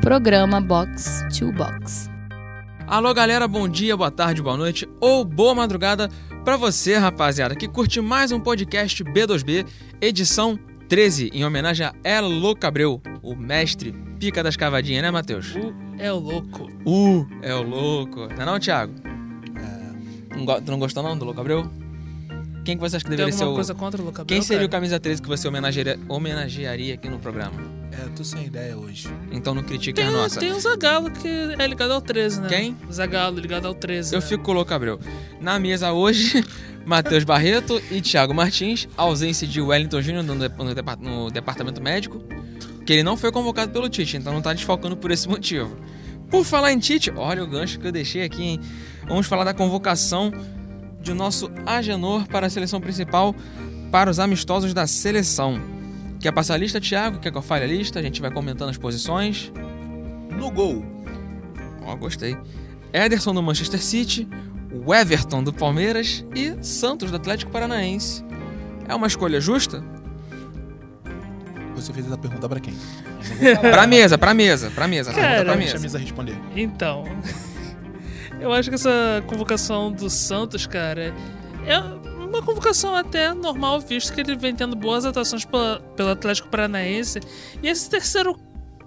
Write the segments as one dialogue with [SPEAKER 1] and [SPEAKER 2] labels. [SPEAKER 1] programa Box to Box.
[SPEAKER 2] Alô, galera, bom dia, boa tarde, boa noite ou boa madrugada para você, rapaziada, que curte mais um podcast B2B, edição 13, em homenagem a Elo Cabreu, o mestre pica das cavadinhas, né, Matheus?
[SPEAKER 3] O é o louco.
[SPEAKER 2] Uh, é o louco. Não é não, Thiago? Não go- tu não gostou não do Louco Abreu? Quem que você acha que
[SPEAKER 3] Tem
[SPEAKER 2] deveria ser o...
[SPEAKER 3] alguma coisa contra o Luca
[SPEAKER 2] Quem
[SPEAKER 3] Abreu,
[SPEAKER 2] seria o
[SPEAKER 3] cara?
[SPEAKER 2] camisa 13 que você homenagearia, homenagearia aqui no programa?
[SPEAKER 4] É, tô sem ideia hoje.
[SPEAKER 2] Então não critica
[SPEAKER 3] tem,
[SPEAKER 2] a nossa.
[SPEAKER 3] tem o Zagalo que é ligado ao 13, né?
[SPEAKER 2] Quem?
[SPEAKER 3] Zagalo ligado ao 13.
[SPEAKER 2] Eu
[SPEAKER 3] né?
[SPEAKER 2] fico com o Louco Abreu. Na mesa hoje, Matheus Barreto e Thiago Martins, ausência de Wellington Júnior no, dep- no depar- no departamento médico, que ele não foi convocado pelo Tite, então não tá desfalcando por esse motivo. Por falar em Tite, olha o gancho que eu deixei aqui, hein? Vamos falar da convocação de nosso Agenor para a seleção principal para os amistosos da seleção. Quer passar a lista, Thiago? Quer que eu fale a lista? A gente vai comentando as posições.
[SPEAKER 4] No gol.
[SPEAKER 2] Ó, gostei. Ederson do Manchester City, o Everton do Palmeiras e Santos do Atlético Paranaense. É uma escolha justa?
[SPEAKER 4] Você fez essa pergunta pra quem?
[SPEAKER 2] Pra mesa, pra mesa, pra mesa.
[SPEAKER 3] É. Cara,
[SPEAKER 2] pergunta pra
[SPEAKER 4] Deixa a
[SPEAKER 2] mesa.
[SPEAKER 4] mesa responder.
[SPEAKER 3] Então, eu acho que essa convocação do Santos, cara, é uma convocação até normal, visto que ele vem tendo boas atuações pela- pelo Atlético Paranaense. E esse terceiro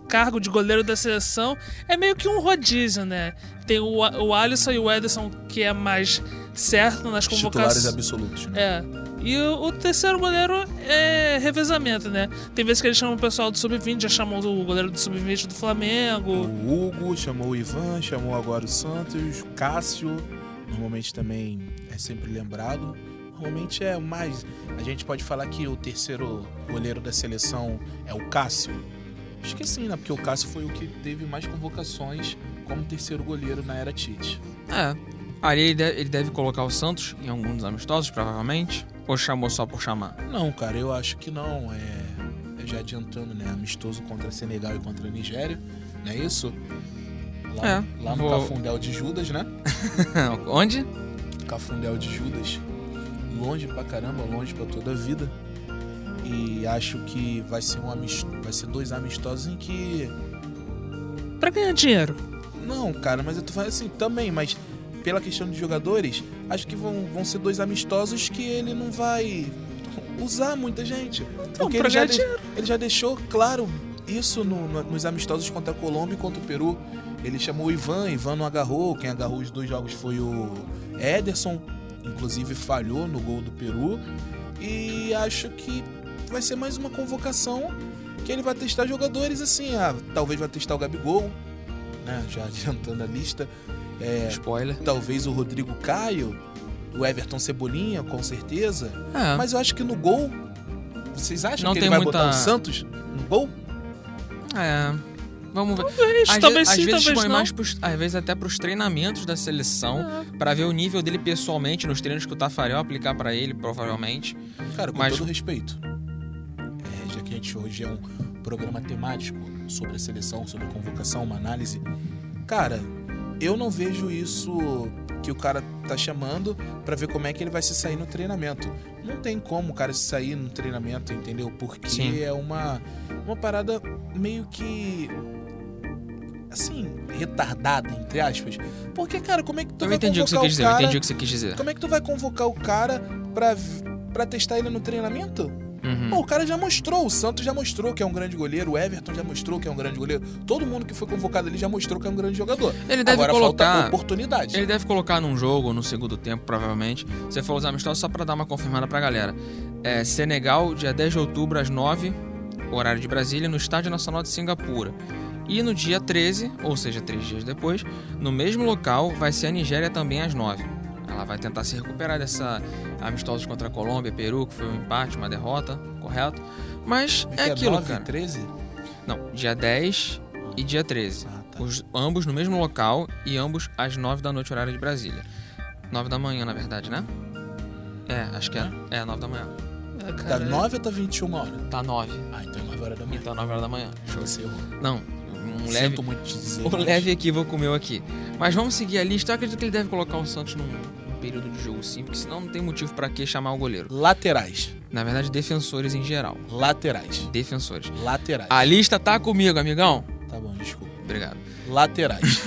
[SPEAKER 3] cargo de goleiro da seleção é meio que um rodízio, né? Tem o, A- o Alisson e o Ederson, que é mais certo nas
[SPEAKER 4] Titulares
[SPEAKER 3] convocações.
[SPEAKER 4] absolutos, né?
[SPEAKER 3] É. E o, o terceiro goleiro é revezamento, né? Tem vezes que eles chamam o pessoal do Sub-20, já chamam o goleiro do Sub-20 do
[SPEAKER 4] O
[SPEAKER 3] Flamengo.
[SPEAKER 4] Hugo chamou o Ivan, chamou agora o Santos, Cássio, normalmente também é sempre lembrado. Normalmente é mais. A gente pode falar que o terceiro goleiro da seleção é o Cássio. Acho que sim, né? Porque o Cássio foi o que teve mais convocações como terceiro goleiro na era Tite.
[SPEAKER 2] É. Ali ele deve, ele deve colocar o Santos em algum dos amistosos, provavelmente. Ou chamou só por chamar?
[SPEAKER 4] Não, cara, eu acho que não. É, já adiantando, né? Amistoso contra Senegal e contra Nigéria, não é isso? Lá,
[SPEAKER 2] É,
[SPEAKER 4] lá no
[SPEAKER 2] vou-
[SPEAKER 4] Cafundel de Judas, né?
[SPEAKER 2] Onde?
[SPEAKER 4] Cafundel de Judas. Longe pra caramba, longe pra toda a vida. E acho que vai ser um amis- vai ser dois amistosos em que
[SPEAKER 3] Pra ganhar dinheiro.
[SPEAKER 4] não, cara, mas eu tô falando assim também, mas pela questão dos jogadores, acho que vão, vão ser dois amistosos que ele não vai usar muita gente. porque
[SPEAKER 3] Então, pra
[SPEAKER 4] ele já,
[SPEAKER 3] ganhar
[SPEAKER 4] de- ele já deixou claro isso no- no- nos amistosos contra a Colômbia e contra o Peru. Ele chamou o Ivan, Ivan não agarrou, quem agarrou os dois jogos foi o Ederson, inclusive falhou no gol do Peru. E acho que vai ser mais uma convocação que ele vai testar jogadores assim, ah, talvez vai testar o Gabigol, né? Já adiantando a lista. É,
[SPEAKER 2] Spoiler.
[SPEAKER 4] talvez o Rodrigo Caio, o Everton Cebolinha, com certeza.
[SPEAKER 2] É.
[SPEAKER 4] Mas eu acho que no gol. Vocês acham
[SPEAKER 2] Não
[SPEAKER 4] que
[SPEAKER 2] tem
[SPEAKER 4] ele vai
[SPEAKER 2] muita-
[SPEAKER 4] botar o Santos no gol?
[SPEAKER 2] É. Vamos ver.
[SPEAKER 3] Talvez,
[SPEAKER 2] Às,
[SPEAKER 3] talvez
[SPEAKER 2] ve- às
[SPEAKER 3] sim,
[SPEAKER 2] vezes
[SPEAKER 3] talvez
[SPEAKER 2] põe
[SPEAKER 3] não.
[SPEAKER 2] mais pros- às vezes até pros treinamentos da seleção,
[SPEAKER 3] É.
[SPEAKER 2] pra ver o nível dele pessoalmente nos treinos que o Tafarel aplicar pra ele, provavelmente.
[SPEAKER 4] Cara, com
[SPEAKER 2] Mas-
[SPEAKER 4] todo respeito. é, já que a gente hoje é um programa temático sobre a seleção, sobre a convocação, uma análise. Cara, eu não vejo isso que o cara tá chamando pra ver como é que ele vai se sair no treinamento. Não tem como o cara se sair no treinamento, entendeu? Porque
[SPEAKER 2] Sim.
[SPEAKER 4] é uma, uma parada meio que. Assim, retardada, entre aspas. Porque, cara, como é que tu
[SPEAKER 2] Eu
[SPEAKER 4] vai
[SPEAKER 2] entendi o que você
[SPEAKER 4] convocar
[SPEAKER 2] quis dizer,
[SPEAKER 4] o
[SPEAKER 2] eu
[SPEAKER 4] cara...
[SPEAKER 2] entendi o que você quis dizer.
[SPEAKER 4] Como é que tu vai convocar o cara pra, pra testar ele no treinamento?
[SPEAKER 2] Uhum.
[SPEAKER 4] Pô, o cara já mostrou, o Santos já mostrou que é um grande goleiro, o Everton já mostrou que é um grande goleiro, todo mundo que foi convocado ali já mostrou que é um grande jogador.
[SPEAKER 2] Ele deve
[SPEAKER 4] Agora falta
[SPEAKER 2] colocar.
[SPEAKER 4] oportunidade.
[SPEAKER 2] Ele deve colocar num jogo, no segundo tempo, provavelmente. Você falou os amistosos só pra dar uma confirmada pra galera. É, Senegal, dia 10 de outubro, às 9, horário de Brasília, no Estádio Nacional de Singapura. E no dia 13, ou seja, três dias depois, no mesmo local, vai ser a Nigéria também às 9. Ela vai tentar se recuperar dessa amistosos contra a Colômbia, Peru, que foi um empate, uma derrota, correto? Mas
[SPEAKER 4] Como
[SPEAKER 2] é,
[SPEAKER 4] que
[SPEAKER 2] aquilo,
[SPEAKER 4] 9,
[SPEAKER 2] cara.
[SPEAKER 4] 13?
[SPEAKER 2] Não, dia 10 e dia 13.
[SPEAKER 4] Ah, tá.
[SPEAKER 2] Os, ambos no mesmo local e ambos às 9 da noite, horário de Brasília. 9 da manhã, na verdade, né? É, acho que é. É, 9 da manhã.
[SPEAKER 3] Ah, cara,
[SPEAKER 4] Tá 9 ou tá 21 horas?
[SPEAKER 2] Tá 9.
[SPEAKER 4] Ah, então é 9 horas da manhã.
[SPEAKER 2] Então 9 horas da manhã.
[SPEAKER 4] Show seu.
[SPEAKER 2] Não, um leve,
[SPEAKER 4] Sinto muito te dizer.
[SPEAKER 2] um
[SPEAKER 4] mas-
[SPEAKER 2] leve equívoco meu aqui. Mas vamos seguir a lista. Eu acredito que ele deve colocar o Santos num, num período de jogo sim, porque senão não tem motivo pra que chamar o goleiro.
[SPEAKER 4] Laterais.
[SPEAKER 2] Na verdade, defensores em geral.
[SPEAKER 4] Laterais.
[SPEAKER 2] Defensores.
[SPEAKER 4] Laterais.
[SPEAKER 2] A lista tá comigo, amigão.
[SPEAKER 4] Tá bom, desculpa.
[SPEAKER 2] Obrigado.
[SPEAKER 4] Laterais.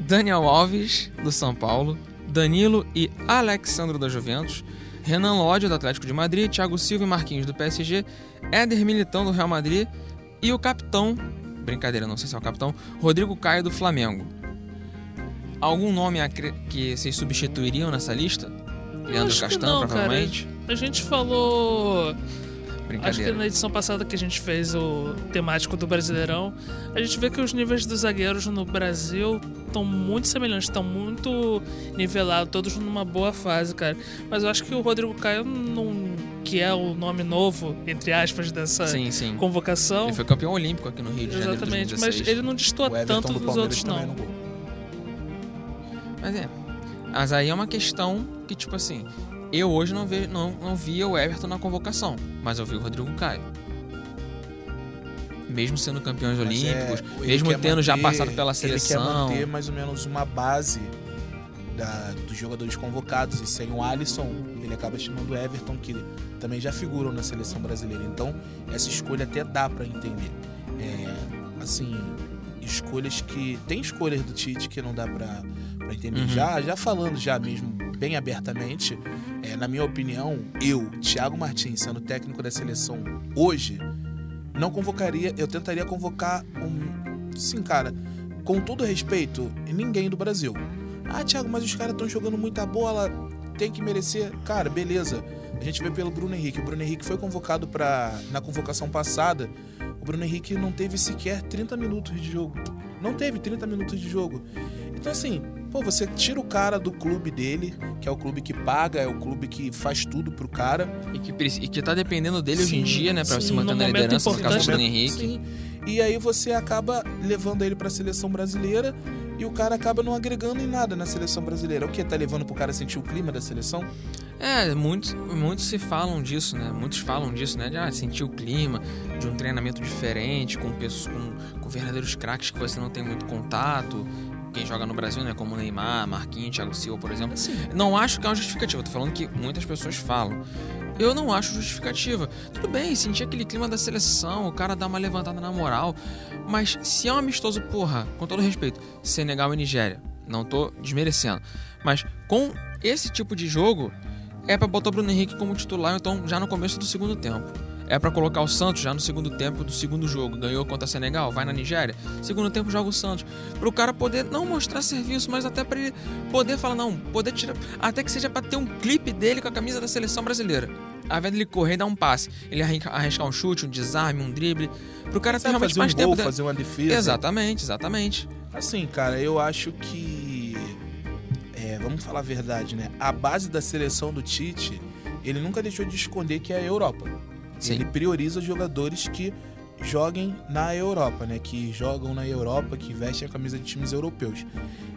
[SPEAKER 2] Daniel Alves, do São Paulo, Danilo e Alexandro da Juventus, Renan Lodge, do Atlético de Madrid, Thiago Silva e Marquinhos, do PSG, Éder Militão, do Real Madrid e o capitão, brincadeira, não sei se é o capitão, Rodrigo Caio, do Flamengo. Algum nome a cre- que vocês substituiriam nessa lista? Leandro
[SPEAKER 3] acho que
[SPEAKER 2] Castanho,
[SPEAKER 3] não, cara.
[SPEAKER 2] provavelmente.
[SPEAKER 3] A gente falou. Acho que
[SPEAKER 2] Brincadeira.
[SPEAKER 3] na edição passada que a gente fez o temático do Brasileirão, a gente vê que os níveis dos zagueiros no Brasil estão muito semelhantes, estão muito nivelados, todos numa boa fase, cara. Mas eu acho que o Rodrigo Caio, não- que é o nome novo, entre aspas, dessa
[SPEAKER 2] Sim, sim.
[SPEAKER 3] convocação.
[SPEAKER 2] Uhum. Ele foi campeão olímpico aqui no Rio de Janeiro.
[SPEAKER 3] Exatamente,
[SPEAKER 2] 2016.
[SPEAKER 3] mas ele não destoa
[SPEAKER 4] o Everton
[SPEAKER 3] tanto
[SPEAKER 4] do
[SPEAKER 3] dos
[SPEAKER 4] Palmeiras
[SPEAKER 3] outros,
[SPEAKER 4] também
[SPEAKER 3] não.
[SPEAKER 4] no gol.
[SPEAKER 2] Mas é. Mas aí é uma questão que, tipo assim, eu hoje não, ve, não, não via o Everton na convocação, mas eu vi o Rodrigo Caio. Mesmo sendo campeões
[SPEAKER 4] Mas é,
[SPEAKER 2] olímpicos,
[SPEAKER 4] ele
[SPEAKER 2] mesmo
[SPEAKER 4] quer
[SPEAKER 2] tendo já
[SPEAKER 4] manter-
[SPEAKER 2] passado pela
[SPEAKER 4] Ele quer
[SPEAKER 2] seleção.
[SPEAKER 4] manter mais ou menos uma base da- dos jogadores convocados. E sem o Alisson, ele acaba chamando o Everton, que também já figuram na seleção brasileira. Então, essa escolha até dá pra entender. É, assim, escolhas que... Tem escolhas do Tite que não dá pra, pra entender.
[SPEAKER 2] Uhum.
[SPEAKER 4] Já, já falando já mesmo, bem abertamente, é, na minha opinião, eu, Thiago Martins, sendo técnico da seleção hoje, não convocaria, eu tentaria convocar um. Sim, cara, com todo respeito, ninguém do Brasil. Ah, Thiago, mas os caras estão jogando muita bola, tem que merecer. Cara, beleza. A gente vê pelo Bruno Henrique. O Bruno Henrique foi convocado para na convocação passada. O Bruno Henrique não teve sequer 30 minutos de jogo. Não teve 30 minutos de jogo. Então assim, pô, você tira o cara do clube dele, que é o clube que paga, é o clube que faz tudo pro cara.
[SPEAKER 2] E, que, preci- e que tá dependendo dele hoje em
[SPEAKER 4] Sim,
[SPEAKER 2] dia, né? Pra
[SPEAKER 3] sim,
[SPEAKER 2] se manter
[SPEAKER 3] num
[SPEAKER 2] na
[SPEAKER 3] momento
[SPEAKER 2] liderança, no caso do
[SPEAKER 3] importante. né?
[SPEAKER 2] Bruno Henrique.
[SPEAKER 4] Sim. E aí você acaba levando ele pra seleção brasileira e o cara acaba não agregando em nada na seleção brasileira. O que? Tá levando pro cara sentir o clima da seleção?
[SPEAKER 2] É, muitos, muitos se falam disso, né? Muitos falam disso, né? De ah, sentir o clima, de um treinamento diferente, com, pessoas, com, com verdadeiros craques que você não tem muito contato. Quem joga no Brasil, né? Como Neymar, Marquinhos, Thiago Silva, por exemplo. Não acho que é uma justificativa. Tô falando que muitas pessoas falam. Eu não acho justificativa. Tudo bem, sentir aquele clima da seleção, o cara dá uma levantada na moral. Mas se é um amistoso, porra, com todo respeito, Senegal e Nigéria. Não tô desmerecendo. Mas com esse tipo de jogo, é pra botar o Bruno Henrique como titular, então já no começo do segundo tempo. É pra colocar o Santos já no segundo tempo do segundo jogo. Ganhou contra a Senegal, vai na Nigéria. Segundo tempo joga o Santos. Pro cara poder não mostrar serviço, mas até pra ele poder falar, não, poder tirar. Até que seja pra ter um clipe dele com a camisa da seleção brasileira. Ao invés dele correr e dar um passe, ele arranca- arriscar um chute, um desarme, um drible. Pro cara ter
[SPEAKER 4] Sabe
[SPEAKER 2] É, realmente
[SPEAKER 4] fazer
[SPEAKER 2] mais
[SPEAKER 4] um
[SPEAKER 2] tempo. né?
[SPEAKER 4] gol,
[SPEAKER 2] de-
[SPEAKER 4] fazer uma defesa.
[SPEAKER 2] Exatamente, exatamente.
[SPEAKER 4] Assim, cara, eu acho que. é, vamos falar a verdade, né? A base da seleção do Tite, ele nunca deixou de esconder que é a Europa.
[SPEAKER 2] Sim.
[SPEAKER 4] Ele prioriza os jogadores que joguem na Europa, né? Que jogam na Europa, que vestem a camisa de times europeus.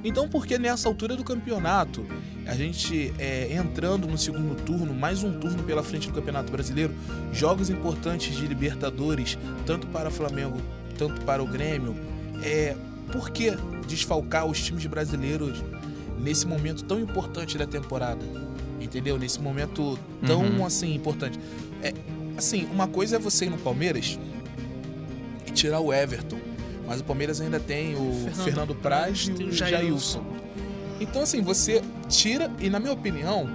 [SPEAKER 4] Então, por que nessa altura do campeonato, a gente é, entrando no segundo turno, mais um turno pela frente do Campeonato Brasileiro, jogos importantes de Libertadores, tanto para o Flamengo, tanto para o Grêmio, é, por que desfalcar os times brasileiros nesse momento tão importante da temporada? Entendeu? Nesse momento tão,
[SPEAKER 2] Uhum.
[SPEAKER 4] assim, importante. É, assim, uma coisa é você ir no Palmeiras e tirar o Everton. Mas o Palmeiras ainda tem o
[SPEAKER 3] Fernando
[SPEAKER 4] Fernando, Praz e
[SPEAKER 3] Tem
[SPEAKER 4] o
[SPEAKER 3] o Jailson.
[SPEAKER 4] Jailson. Então, assim, você tira, e na minha opinião,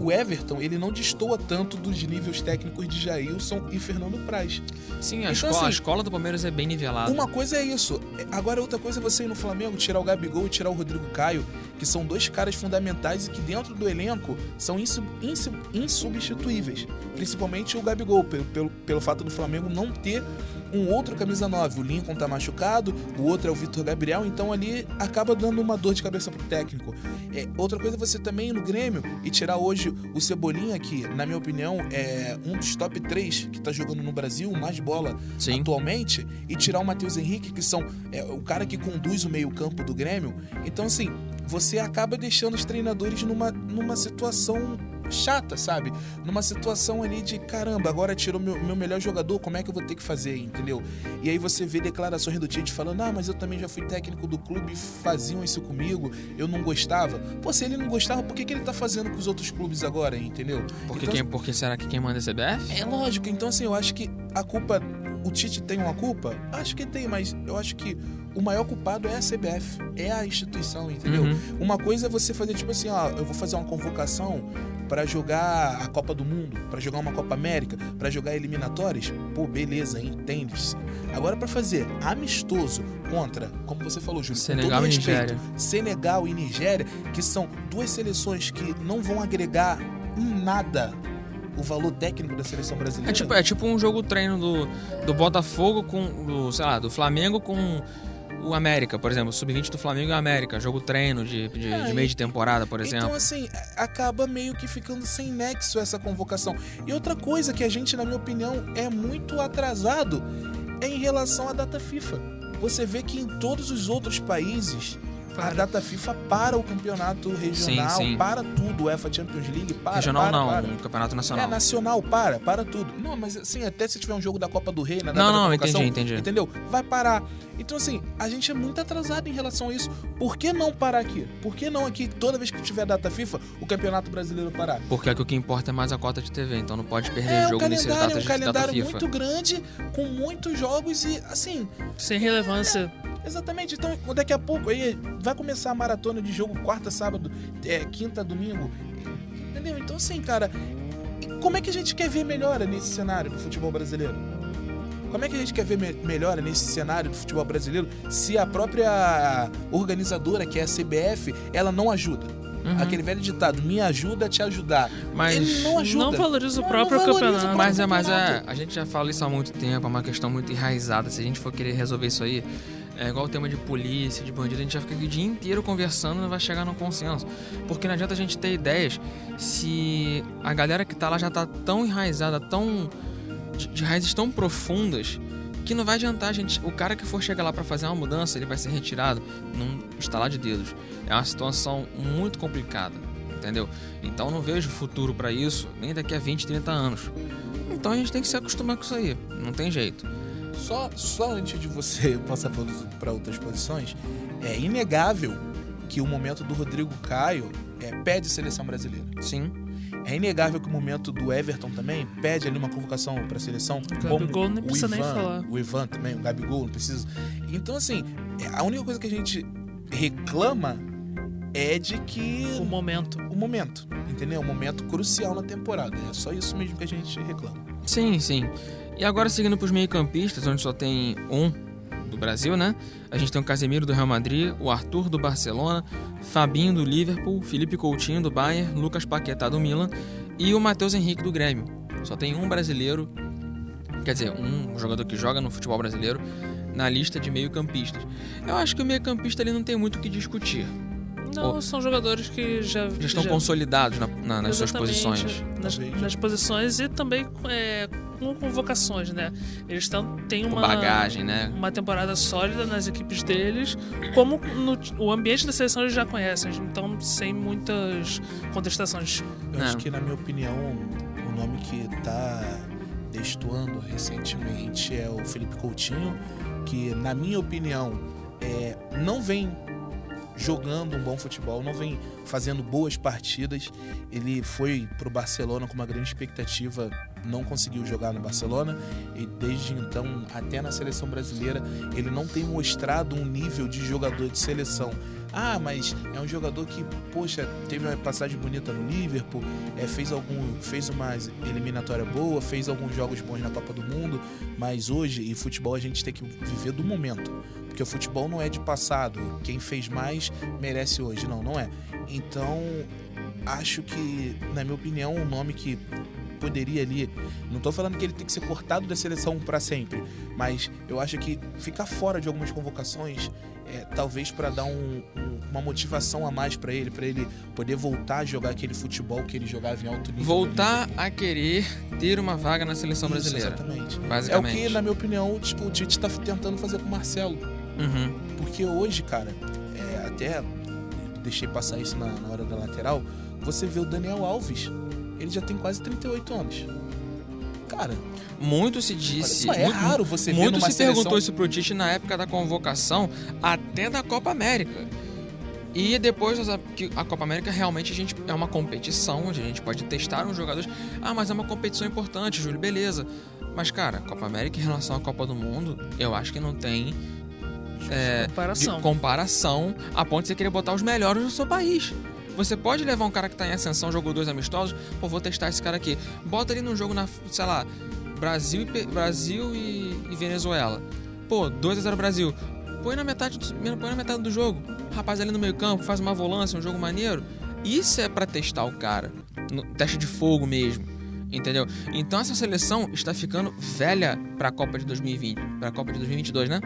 [SPEAKER 4] o Everton, ele não destoa tanto dos níveis técnicos de Jailson e Fernando Praz.
[SPEAKER 2] Sim, a,
[SPEAKER 4] Então,
[SPEAKER 2] escola, a
[SPEAKER 4] assim,
[SPEAKER 2] escola do Palmeiras é bem nivelada.
[SPEAKER 4] Uma coisa é isso. Agora, outra coisa é você ir no Flamengo, tirar o Gabigol e tirar o Rodrigo Caio, que são dois caras fundamentais e que dentro do elenco são insu- insu- insubstituíveis. Principalmente o Gabigol, pelo, pelo, pelo fato do Flamengo não ter um outro camisa 9. O Lincoln tá machucado, o outro é o Vitor Gabriel, então ali acaba dando uma dor de cabeça pro técnico. É, outra coisa é você também ir no Grêmio e tirar hoje o Cebolinha, que, na minha opinião, é um dos top 3 que tá jogando no Brasil, mais bola
[SPEAKER 2] Sim.
[SPEAKER 4] atualmente e tirar o Matheus Henrique, que são é, o cara que conduz o meio-campo do Grêmio. Então, assim, você acaba deixando os treinadores numa, numa situação chata, sabe? Numa situação ali de caramba, agora tirou meu, meu melhor jogador, como é que eu vou ter que fazer, entendeu? E aí você vê declarações do Tite falando: "Ah, mas eu também já fui técnico do clube, faziam isso comigo, eu não gostava". Pô, se ele não gostava, por que, que ele tá fazendo com os outros clubes agora, entendeu?
[SPEAKER 2] Porque,
[SPEAKER 4] Então,
[SPEAKER 2] quem, porque será que quem manda é CBF?
[SPEAKER 4] é lógico, então assim, eu acho que a culpa. O Tite tem uma culpa? Acho que tem, mas eu acho que o maior culpado é a CBF, é a instituição, entendeu?
[SPEAKER 2] Uhum.
[SPEAKER 4] Uma coisa é você fazer tipo assim, ó, eu vou fazer uma convocação pra jogar a Copa do Mundo, pra jogar uma Copa América, pra jogar eliminatórias, pô, beleza, entende-se. Agora pra fazer amistoso contra, como você falou, Júlio, com
[SPEAKER 2] Senegal
[SPEAKER 4] todo
[SPEAKER 2] e
[SPEAKER 4] respeito,
[SPEAKER 2] Nigéria.
[SPEAKER 4] Senegal e Nigéria, que são duas seleções que não vão agregar em nada o valor técnico da seleção brasileira.
[SPEAKER 2] É tipo, é tipo um jogo treino do, do Botafogo com. Do, sei lá, do Flamengo com o América, por exemplo. Sub-20 do Flamengo e o América. Jogo treino de, de,
[SPEAKER 4] É,
[SPEAKER 2] de meio de temporada, por exemplo.
[SPEAKER 4] Então, assim, acaba meio que ficando sem nexo essa convocação. E outra coisa que a gente, na minha opinião, é muito atrasado é em relação à data FIFA. Você vê que em todos os outros países. A
[SPEAKER 3] Para.
[SPEAKER 4] data FIFA para o campeonato regional,
[SPEAKER 2] sim.
[SPEAKER 4] para tudo, UEFA Champions League, para.
[SPEAKER 2] Regional
[SPEAKER 4] para,
[SPEAKER 2] não, um
[SPEAKER 4] para.
[SPEAKER 2] Campeonato
[SPEAKER 4] É,
[SPEAKER 2] Nacional.
[SPEAKER 4] nacional, para, para tudo. Não, mas assim, até se tiver um jogo da Copa do Rei, na data
[SPEAKER 2] Não,
[SPEAKER 4] da
[SPEAKER 2] não,
[SPEAKER 4] convocação,
[SPEAKER 2] entendi, entendi.
[SPEAKER 4] Entendeu? Vai parar. Então, assim, a gente é muito atrasado em relação a isso. Por que não parar aqui? Por que não aqui, toda vez que tiver data FIFA, o Campeonato Brasileiro parar?
[SPEAKER 2] Porque aqui o que importa é mais a cota de TV, então não pode perder
[SPEAKER 4] É um
[SPEAKER 2] jogo nessas
[SPEAKER 4] calendário, é
[SPEAKER 2] datas
[SPEAKER 4] um
[SPEAKER 2] de data
[SPEAKER 4] calendário
[SPEAKER 2] FIFA.
[SPEAKER 4] muito grande, com muitos jogos e, assim,
[SPEAKER 3] Sem relevância.
[SPEAKER 4] Exatamente. Então, daqui a pouco aí vai começar a maratona de jogo quarta, sábado, é, quinta, domingo. Entendeu? Então, assim, cara, e como é que a gente quer ver melhora nesse cenário do futebol brasileiro? Como é que a gente quer ver me- melhora nesse cenário do futebol brasileiro se a própria organizadora, que é a CBF, ela não ajuda?
[SPEAKER 2] Uhum.
[SPEAKER 4] Aquele velho ditado, me ajuda a te ajudar.
[SPEAKER 2] Mas-
[SPEAKER 4] Ele não ajuda.
[SPEAKER 3] Não valoriza o
[SPEAKER 4] Não,
[SPEAKER 3] próprio
[SPEAKER 4] não valoriza o
[SPEAKER 3] campeonato.
[SPEAKER 4] próprio
[SPEAKER 2] Mas é, mas é,
[SPEAKER 4] campeonato.
[SPEAKER 2] a gente já fala isso há muito tempo, é uma questão muito enraizada. Se a gente for querer resolver isso aí, é igual o tema de polícia, de bandido, a gente já fica aqui o dia inteiro conversando e não vai chegar num consenso. Porque não adianta a gente ter ideias se a galera que tá lá já tá tão enraizada, tão. de, de raízes tão profundas. Que não vai adiantar, gente. O cara que for chegar lá pra fazer uma mudança, ele vai ser retirado num estalar de dedos. É uma situação muito complicada, entendeu? Então não vejo futuro pra isso nem daqui a 20, 30 anos. Então a gente tem que se acostumar com isso aí. Não tem jeito.
[SPEAKER 4] Só, só antes de você passar para outras posições, é inegável que o momento do Rodrigo Caio é, pede seleção brasileira.
[SPEAKER 2] Sim.
[SPEAKER 4] É inegável que o momento do Everton também pede ali uma convocação para seleção. como
[SPEAKER 3] Gabigol nem
[SPEAKER 4] o
[SPEAKER 3] precisa nem
[SPEAKER 4] Ivan,
[SPEAKER 3] falar.
[SPEAKER 4] O Ivan também, o Gabigol, não precisa. Então, assim, é, a única coisa que a gente reclama é de que
[SPEAKER 3] O momento.
[SPEAKER 4] o momento, entendeu? O momento crucial na temporada. É só isso mesmo que a gente reclama.
[SPEAKER 2] Sim, sim. E agora seguindo pros meio-campistas, onde só tem um do Brasil, né? A gente tem o Casemiro do Real Madrid, o Arthur do Barcelona, Fabinho do Liverpool, Felipe Coutinho do Bayern, Lucas Paquetá do Milan e o Matheus Henrique do Grêmio. Só tem um brasileiro, quer dizer, um jogador que joga no futebol brasileiro na lista de meio-campistas. Eu acho que o meio-campista ele não tem muito o que discutir.
[SPEAKER 3] Não, são jogadores que já.
[SPEAKER 2] Já estão
[SPEAKER 3] já-
[SPEAKER 2] consolidados na- na- nas suas
[SPEAKER 3] Exatamente, é.
[SPEAKER 2] posições.
[SPEAKER 3] Nas,
[SPEAKER 4] Talvez.
[SPEAKER 3] nas posições e também é, com convocações, né? Eles tão, têm
[SPEAKER 2] com
[SPEAKER 3] uma.
[SPEAKER 2] bagagem, né?
[SPEAKER 3] Uma temporada sólida nas equipes deles, como no- o ambiente da seleção eles já conhecem, então sem muitas contestações.
[SPEAKER 4] Eu
[SPEAKER 2] É.
[SPEAKER 4] acho que, na minha opinião, o nome que tá destoando recentemente é o Felipe Coutinho, que, na minha opinião, é, não vem jogando um bom futebol, não vem fazendo boas partidas. Ele foi pro Barcelona com uma grande expectativa, não conseguiu jogar no Barcelona e desde então até na seleção brasileira ele não tem mostrado um nível de jogador de seleção. Ah, mas é um jogador que, poxa, teve uma passagem bonita no Liverpool, é, fez algum, fez uma eliminatória boa, fez alguns jogos bons na Copa do Mundo, mas hoje e futebol a gente tem que viver do momento. Porque o futebol não é de passado. Quem fez mais merece hoje. Não, não é. Então, acho que, na minha opinião, o nome que poderia ali. Não tô falando que ele tem que ser cortado da seleção para sempre, mas eu acho que ficar fora de algumas convocações, é, talvez para dar um- um- uma motivação a mais para ele, para ele poder voltar a jogar aquele futebol que ele jogava em alto nível.
[SPEAKER 2] Voltar a querer ter uma vaga na seleção
[SPEAKER 4] Isso,
[SPEAKER 2] brasileira,
[SPEAKER 4] Exatamente. É o
[SPEAKER 2] basicamente.
[SPEAKER 4] que, na minha opinião, o Tite- o Tite tá tentando fazer com o Marcelo.
[SPEAKER 2] Uhum.
[SPEAKER 4] Porque hoje, cara, é, até deixei passar isso na, na hora da lateral, você vê o Daniel Alves, ele já tem quase 38 anos. Cara, olha
[SPEAKER 2] Muito se disse.
[SPEAKER 4] só, é
[SPEAKER 2] muito-
[SPEAKER 4] raro você ver
[SPEAKER 2] muito
[SPEAKER 4] numa
[SPEAKER 2] se
[SPEAKER 4] seleção...
[SPEAKER 2] perguntou isso pro Tite na época da convocação, até da Copa América. E depois essa- que a Copa América realmente a gente é uma competição, onde a gente pode testar uns jogadores. Ah, mas é uma competição importante, Júlio, beleza. Mas, cara, Copa América em relação à Copa do Mundo, eu acho que não tem é,
[SPEAKER 3] Comparação.
[SPEAKER 2] de comparação a ponto de você querer botar os melhores no seu país. Você pode levar um cara que tá em ascensão, jogou dois amistosos, pô, vou testar esse cara aqui. Bota ele num jogo na, sei lá, Brasil e, Pe- Brasil e, e Venezuela. Pô, 2x0 Brasil. Põe na, metade do, põe na metade do jogo. Rapaz ali no meio campo, faz uma volância, um jogo maneiro. Isso é pra testar o cara. No- teste de fogo mesmo. Entendeu? Então essa seleção está ficando velha pra Copa de 2020. Pra Copa de 2022, né?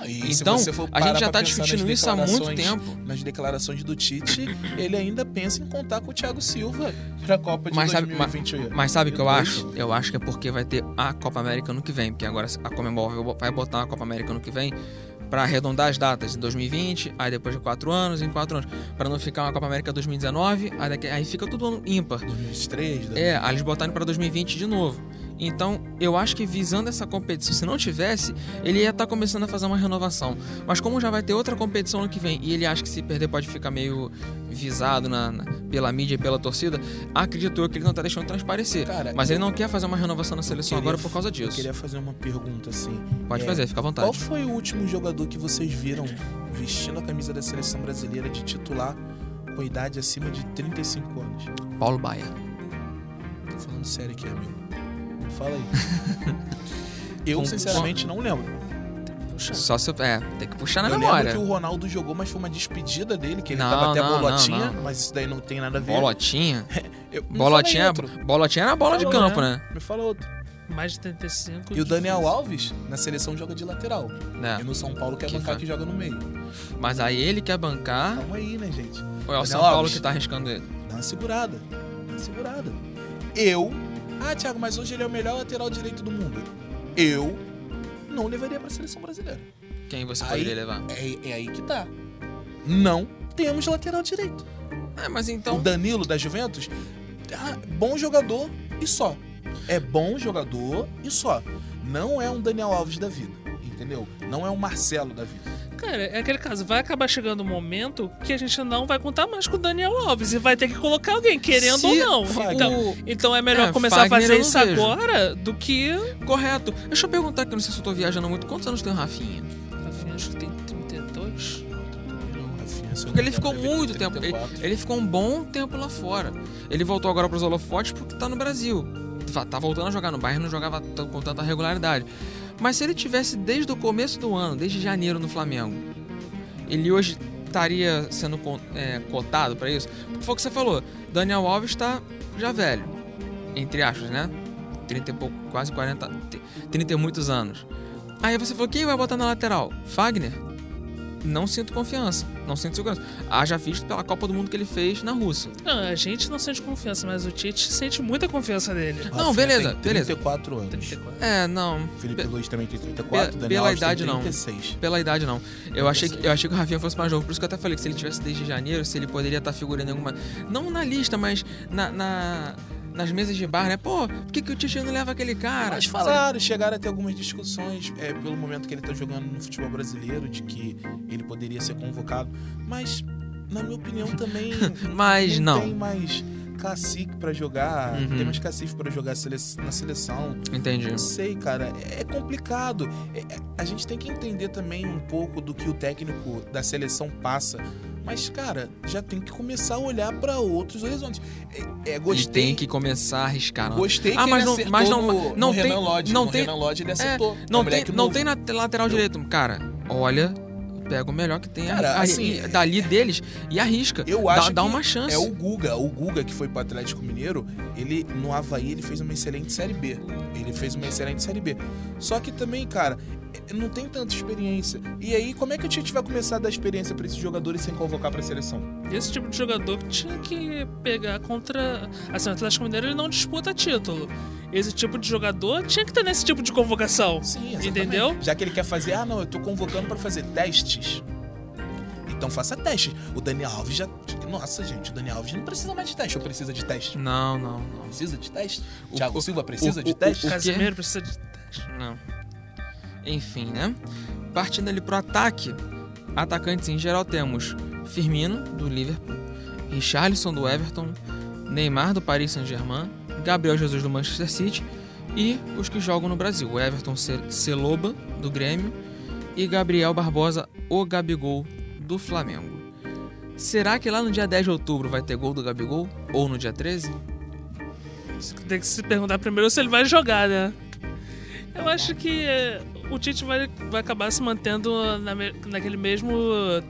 [SPEAKER 4] Ah, e se
[SPEAKER 2] Então,
[SPEAKER 4] você for
[SPEAKER 2] a gente
[SPEAKER 4] parar
[SPEAKER 2] já
[SPEAKER 4] pra
[SPEAKER 2] tá
[SPEAKER 4] pensar nas
[SPEAKER 2] discutindo isso há muito
[SPEAKER 4] declarações-
[SPEAKER 2] tempo.
[SPEAKER 4] Nas declarações do Tite, ele ainda pensa em contar com o Thiago Silva pra Copa de
[SPEAKER 2] Mas sabe-
[SPEAKER 4] 2021.
[SPEAKER 2] Mas sabe o que eu
[SPEAKER 4] Dois.
[SPEAKER 2] acho? Eu acho que é porque vai ter a Copa América ano que vem. Porque agora a Comembol vai bo- vai botar a Copa América ano que vem pra arredondar as datas em 2020, aí depois de 4 anos, em 4 anos. Pra não ficar uma Copa América 2019, aí, daqui- aí fica tudo ano ímpar.
[SPEAKER 4] 2023, né?
[SPEAKER 2] É, aí eles botaram pra 2020 de novo. Então, eu acho que visando essa competição, se não tivesse, ele ia estar começando a fazer uma renovação. Mas como já vai ter outra competição ano que vem e ele acha que se perder pode ficar meio visado na- na- pela mídia e pela torcida, acredito eu que ele não tá deixando transparecer.
[SPEAKER 4] Cara,
[SPEAKER 2] Mas ele
[SPEAKER 4] eu-
[SPEAKER 2] não quer fazer uma renovação na seleção
[SPEAKER 4] eu queria-
[SPEAKER 2] agora por causa
[SPEAKER 4] Eu
[SPEAKER 2] disso.
[SPEAKER 4] queria fazer uma pergunta assim.
[SPEAKER 2] Pode
[SPEAKER 4] é,
[SPEAKER 2] fazer, fica à vontade.
[SPEAKER 4] Qual foi o último jogador que vocês viram vestindo a camisa da seleção brasileira de titular com idade acima de 35 anos?
[SPEAKER 2] Paulo Baia.
[SPEAKER 4] Tô falando sério aqui, amigo. Fala aí. Eu,
[SPEAKER 2] Com-
[SPEAKER 4] sinceramente, não lembro.
[SPEAKER 3] Puxa.
[SPEAKER 2] Só se eu, é, tem que puxar na
[SPEAKER 4] eu
[SPEAKER 2] memória.
[SPEAKER 4] lembro que o Ronaldo jogou, mas foi uma despedida dele, que ele
[SPEAKER 2] Não,
[SPEAKER 4] tava até
[SPEAKER 2] não, não,
[SPEAKER 4] bolotinha,
[SPEAKER 2] não.
[SPEAKER 4] mas isso daí não tem nada a ver.
[SPEAKER 2] Bolotinha.
[SPEAKER 4] Eu- me
[SPEAKER 2] Bolotinha, é
[SPEAKER 4] fala aí outro.
[SPEAKER 2] bolotinha era a bola de
[SPEAKER 3] Fala,
[SPEAKER 2] campo, né?
[SPEAKER 4] Me fala outro.
[SPEAKER 3] Mais de 35.
[SPEAKER 4] E o Daniel Alves, na seleção, joga de lateral.
[SPEAKER 2] É.
[SPEAKER 4] E no São Paulo quer
[SPEAKER 2] Que
[SPEAKER 4] bancar
[SPEAKER 2] fa-
[SPEAKER 4] que joga no meio.
[SPEAKER 2] Mas aí ele quer bancar,
[SPEAKER 4] Calma aí, né, gente?
[SPEAKER 2] ou é o
[SPEAKER 4] Daniel
[SPEAKER 2] São Paulo
[SPEAKER 4] Alves.
[SPEAKER 2] que tá arriscando ele?
[SPEAKER 4] Dá uma segurada. Dá uma segurada. Eu. Ah, Thiago, mas hoje ele é o melhor lateral direito do mundo. Eu não levaria pra seleção brasileira.
[SPEAKER 2] Quem você
[SPEAKER 4] Aí-
[SPEAKER 2] poderia levar?
[SPEAKER 4] É, é aí que tá. Não temos lateral direito.
[SPEAKER 2] É, mas
[SPEAKER 4] O
[SPEAKER 2] então.
[SPEAKER 4] Danilo da Juventus, ah, bom jogador e só. É bom jogador e só. Não é um Daniel Alves da vida, entendeu? Não é um Marcelo da vida.
[SPEAKER 3] Cara, é aquele caso. Vai acabar chegando um momento que a gente não vai contar mais com o Daniel Alves. E vai ter que colocar alguém, querendo
[SPEAKER 2] Se
[SPEAKER 3] ou não.
[SPEAKER 2] o-
[SPEAKER 3] Então, então é melhor
[SPEAKER 2] É,
[SPEAKER 3] começar a
[SPEAKER 2] Fagner eu
[SPEAKER 3] fazer
[SPEAKER 2] não
[SPEAKER 3] isso
[SPEAKER 2] vejo.
[SPEAKER 3] agora do que.
[SPEAKER 2] Correto. Deixa eu perguntar aqui, não sei se eu tô viajando muito. Quantos anos tem o Rafinha?
[SPEAKER 3] Rafinha, acho que tem 32.
[SPEAKER 2] Porque ele ficou muito tempo. Ele, ele ficou um bom tempo lá fora. Ele voltou agora pros holofotes porque tá no Brasil. Tá- Tá voltando a jogar no Bayern, não jogava t- com tanta regularidade. Mas se ele tivesse desde o começo do ano, desde janeiro no Flamengo, ele hoje estaria sendo con- é, cotado pra isso? Porque foi o que você falou. Daniel Alves tá já velho. Entre aspas, né? 30 e pouco, quase 40, 30 e muitos anos. Aí você falou, quem vai botar na lateral? Fagner? Não sinto confiança, não sinto segurança. Haja visto pela Copa do Mundo que ele fez na Rússia.
[SPEAKER 3] Não, a gente não sente confiança, mas o Tite sente muita confiança dele.
[SPEAKER 2] Não, beleza,
[SPEAKER 4] tem
[SPEAKER 2] beleza.
[SPEAKER 4] 34 anos.
[SPEAKER 3] 34.
[SPEAKER 2] É, não,
[SPEAKER 4] Felipe Luiz também tem 34,
[SPEAKER 2] Pela-
[SPEAKER 4] Daniel
[SPEAKER 2] pela
[SPEAKER 4] Alves
[SPEAKER 2] idade,
[SPEAKER 4] tem
[SPEAKER 2] não.
[SPEAKER 4] 36.
[SPEAKER 2] pela idade não. Eu achei, que, eu achei que o Rafinha fosse mais novo, por isso que eu até falei que se ele tivesse desde janeiro, se ele poderia estar figurando em alguma. Não na lista, mas na, na- nas mesas de bar, né? Pô, por que, que o Tite não leva aquele cara?
[SPEAKER 4] Mas falaram, chegaram a ter algumas discussões é, pelo momento que ele tá jogando no futebol brasileiro, de que ele poderia ser convocado. Mas, na minha opinião, também
[SPEAKER 2] Mas
[SPEAKER 4] não,
[SPEAKER 2] não,
[SPEAKER 4] tem mais cacique pra jogar,
[SPEAKER 2] Uhum.
[SPEAKER 4] não tem mais cacife pra jogar sele- na seleção.
[SPEAKER 2] entendi.
[SPEAKER 4] Não sei, cara, é complicado. É- é- a gente tem que entender também um pouco do que o técnico da seleção passa. Mas, cara, já tem que começar a olhar pra outros horizontes. É, é,
[SPEAKER 2] E
[SPEAKER 4] gostei
[SPEAKER 2] tem que começar a arriscar. não.
[SPEAKER 4] Gostei que
[SPEAKER 2] Ah, mas
[SPEAKER 4] ele
[SPEAKER 2] não-
[SPEAKER 4] acertou
[SPEAKER 2] mas não-
[SPEAKER 4] no,
[SPEAKER 2] não
[SPEAKER 4] no
[SPEAKER 2] tem-
[SPEAKER 4] Renan Lodge.
[SPEAKER 2] não
[SPEAKER 4] no
[SPEAKER 2] tem-
[SPEAKER 4] Renan Lodge ele acertou. É
[SPEAKER 2] Não
[SPEAKER 4] um
[SPEAKER 2] tem,
[SPEAKER 4] moleque
[SPEAKER 2] não
[SPEAKER 4] novo.
[SPEAKER 2] tem na lateral direito. Cara, olha, pega o melhor que tem
[SPEAKER 4] Cara,
[SPEAKER 2] a- a-
[SPEAKER 4] assim,
[SPEAKER 2] e- dali deles e arrisca.
[SPEAKER 4] Eu
[SPEAKER 2] Dá-
[SPEAKER 4] acho
[SPEAKER 2] dá,
[SPEAKER 4] que
[SPEAKER 2] uma chance.
[SPEAKER 4] É o Guga. O Guga que foi pro Atlético Mineiro, ele no Havaí ele fez uma excelente Série B. Ele fez uma excelente Série B. Só que também, cara, eh, não tem tanta experiência. E aí, como é que o Tite vai começar a dar experiência pra esses jogadores sem convocar pra seleção?
[SPEAKER 3] Esse tipo de jogador que tinha que pegar contra. Assim, o Atlético Mineiro ele não disputa título. Esse tipo de jogador tinha que estar nesse tipo de convocação.
[SPEAKER 4] Sim,
[SPEAKER 3] Entendeu?
[SPEAKER 4] Já que ele quer fazer, ah, não, eu tô convocando pra fazer testes. Então faça testes. O Daniel Alves já. Nossa, gente, o Daniel Alves não precisa mais de teste. Ou precisa de teste?
[SPEAKER 2] Não, não, não.
[SPEAKER 4] Precisa de teste?
[SPEAKER 2] O-
[SPEAKER 4] Thiago
[SPEAKER 2] o-
[SPEAKER 4] Silva precisa
[SPEAKER 2] o-
[SPEAKER 4] de
[SPEAKER 2] o-
[SPEAKER 4] teste?
[SPEAKER 2] o-
[SPEAKER 3] Casimiro precisa de teste.
[SPEAKER 2] Não. Enfim, né? Partindo ali pro ataque, atacantes em geral temos Firmino, do Liverpool, Richarlison, do Everton, Neymar, do Paris Saint-Germain, Gabriel Jesus, do Manchester City e os que jogam no Brasil. O Everton Ce- Celoba, do Grêmio, e Gabriel Barbosa, o Gabigol do Flamengo. Será que lá no dia 10 de outubro vai ter gol do Gabigol? Ou no dia 13?
[SPEAKER 3] Tem que se perguntar primeiro se ele vai jogar, né? Eu acho que é, o Tite vai, vai acabar se mantendo na me- naquele mesmo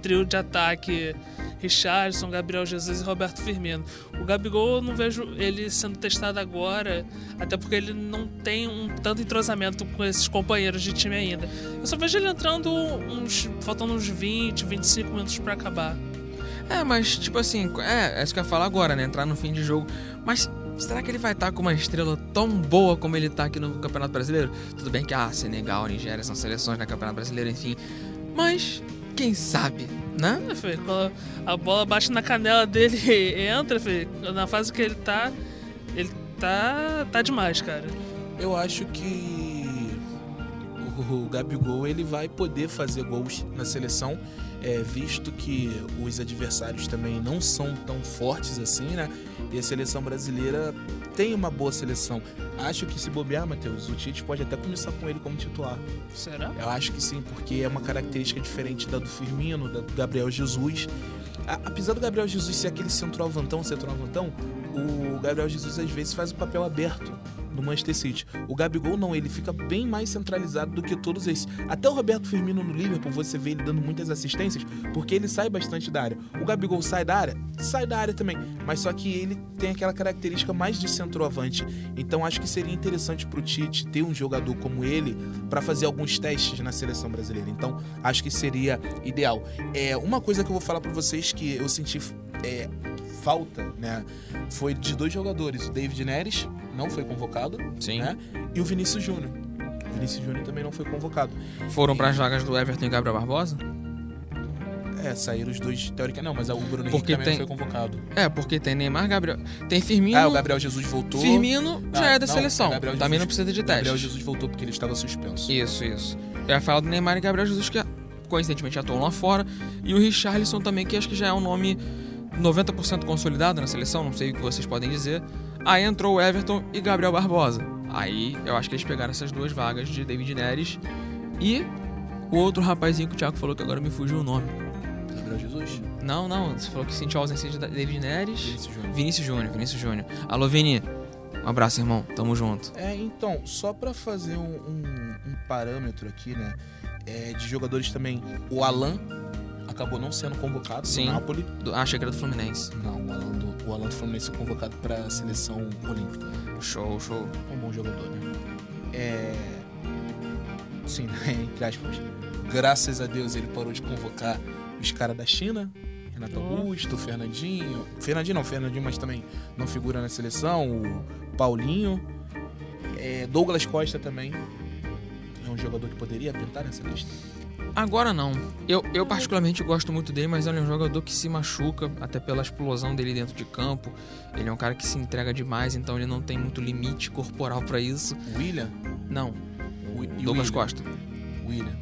[SPEAKER 3] trio de ataque. Richardson, Gabriel Jesus e Roberto Firmino. O Gabigol eu não vejo ele sendo testado agora, até porque ele não tem um tanto entrosamento com esses companheiros de time ainda. Eu só vejo ele entrando uns. faltando uns 20, 25 minutos pra acabar.
[SPEAKER 2] É, mas tipo assim, é, é isso que eu ia falar agora, né? Entrar no fim de jogo. Mas será que ele vai estar com uma estrela tão boa como ele tá aqui no Campeonato Brasileiro? Tudo bem que a ah, Senegal, Nigéria são seleções na Campeonato Brasileiro, enfim. Mas quem sabe, né?
[SPEAKER 3] É, filho, quando a bola bate na canela dele e entra, filho, na fase que ele tá, ele tá tá demais, cara.
[SPEAKER 4] Eu acho que o Gabigol ele vai poder fazer gols na seleção, é, visto que os adversários também não são tão fortes assim, né? E a seleção brasileira tem uma boa seleção. Acho que se bobear, Matheus, o Tite pode até começar com ele como titular.
[SPEAKER 3] Será?
[SPEAKER 4] né? Eu acho que sim, porque é uma característica diferente da do Firmino, da do Gabriel Jesus. A- apesar do Gabriel Jesus ser aquele centroavantão, centroavantão, o Gabriel Jesus às vezes faz o papel aberto no Manchester City. O Gabigol não, ele fica bem mais centralizado do que todos esses. Até o Roberto Firmino no Liverpool, você vê ele dando muitas assistências, porque ele sai bastante da área. O Gabigol sai da área, sai da área também, mas só que ele tem aquela característica mais de centroavante. Então acho que seria interessante pro Tite ter um jogador como ele para fazer alguns testes na seleção brasileira. Então acho que seria ideal. É, uma coisa que eu vou falar pra vocês que eu senti é, falta, né, foi de dois jogadores, o David Neres não foi convocado,
[SPEAKER 2] Sim.
[SPEAKER 4] né, e o Vinícius Júnior. O Vinícius Júnior também não foi convocado.
[SPEAKER 2] Foram para as vagas do Everton e Gabriel Barbosa?
[SPEAKER 4] É, saíram os dois teoricamente, não, mas o Bruno Henrique
[SPEAKER 2] Porque
[SPEAKER 4] também
[SPEAKER 2] tem-
[SPEAKER 4] não foi convocado.
[SPEAKER 2] É, porque tem Neymar, Gabriel. Tem Firmino.
[SPEAKER 4] Ah, o Gabriel Jesus voltou.
[SPEAKER 2] Firmino já
[SPEAKER 4] Ah,
[SPEAKER 2] é da
[SPEAKER 4] não,
[SPEAKER 2] seleção.
[SPEAKER 4] o Gabriel
[SPEAKER 2] Também
[SPEAKER 4] Jesus-
[SPEAKER 2] não precisa de
[SPEAKER 4] O Gabriel
[SPEAKER 2] teste.
[SPEAKER 4] Jesus voltou porque ele estava suspenso.
[SPEAKER 2] Isso, isso. Eu ia falar do Neymar e Gabriel Jesus, que coincidentemente atuam lá fora. E o Richarlison também, que acho que já é um nome 90% consolidado na seleção, não sei o que vocês podem dizer. Aí entrou o Everton e Gabriel Barbosa. Aí eu acho que eles pegaram essas duas vagas de David Neres e o outro rapazinho que o Thiago falou que agora me fugiu o nome.
[SPEAKER 4] Gabriel Jesus,
[SPEAKER 2] Não, não, você falou que sentiu a ausência de David Neres.
[SPEAKER 4] Vinícius Júnior.
[SPEAKER 2] Vinícius Júnior, Vinícius Júnior. Alô, Vini. Um abraço, irmão. Tamo junto.
[SPEAKER 4] É, então, só pra fazer um, um- um parâmetro aqui, né? é, de jogadores também, o Alan acabou não sendo convocado
[SPEAKER 2] Sim.
[SPEAKER 4] do Napoli.
[SPEAKER 2] Do, ah, achei que era do Fluminense.
[SPEAKER 4] Não, o Alan do, o Alan do Fluminense foi convocado pra seleção olímpica.
[SPEAKER 2] Show, show.
[SPEAKER 4] É Um bom jogador, né? É. Sim, né? entre aspas. Graças a Deus ele parou de convocar os caras da China. Renato
[SPEAKER 3] Ó.
[SPEAKER 4] Augusto, Fernandinho. Fernandinho não, Fernandinho, mas também não figura na seleção. O Paulinho. É, Douglas Costa também. É um jogador que poderia pintar nessa lista.
[SPEAKER 2] Agora não. Eu, eu particularmente gosto muito dele, mas ele é um jogador que se machuca, até pela explosão dele dentro de campo. Ele é um cara que se entrega demais, então ele não tem muito limite corporal pra isso.
[SPEAKER 4] William?
[SPEAKER 2] Não,
[SPEAKER 4] O, e o
[SPEAKER 2] Douglas
[SPEAKER 4] William?
[SPEAKER 2] Costa.
[SPEAKER 4] William.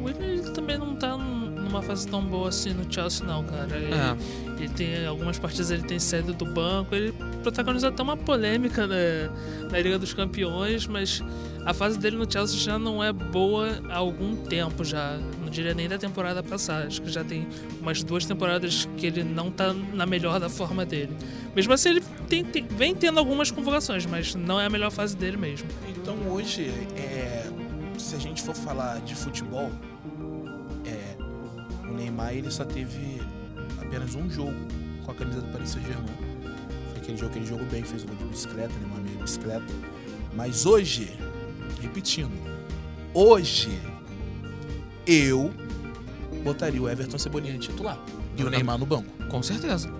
[SPEAKER 3] O Willian ele também não tá num- numa fase tão boa assim no Chelsea não, cara. Ele,
[SPEAKER 2] É,
[SPEAKER 3] ele tem algumas partidas ele tem saído do banco, ele protagonizou até uma polêmica né, na Liga dos Campeões, mas a fase dele no Chelsea já não é boa há algum tempo já. Não diria nem da temporada passada, acho que já tem umas duas temporadas que ele não tá na melhor da forma dele. Mesmo assim ele tem- tem- vem tendo algumas convocações, mas não é a melhor fase dele mesmo.
[SPEAKER 4] Então hoje, é, se a gente for falar de futebol, é, o Neymar ele só teve apenas um jogo com a camisa do Paris Saint-Germain. Foi aquele jogo que ele jogou bem, fez o gol de bicicleta, Neymar meio de bicicleta. Mas hoje, repetindo, hoje eu botaria o Everton Cebolinha de titular e o Neymar no banco.
[SPEAKER 2] com certeza.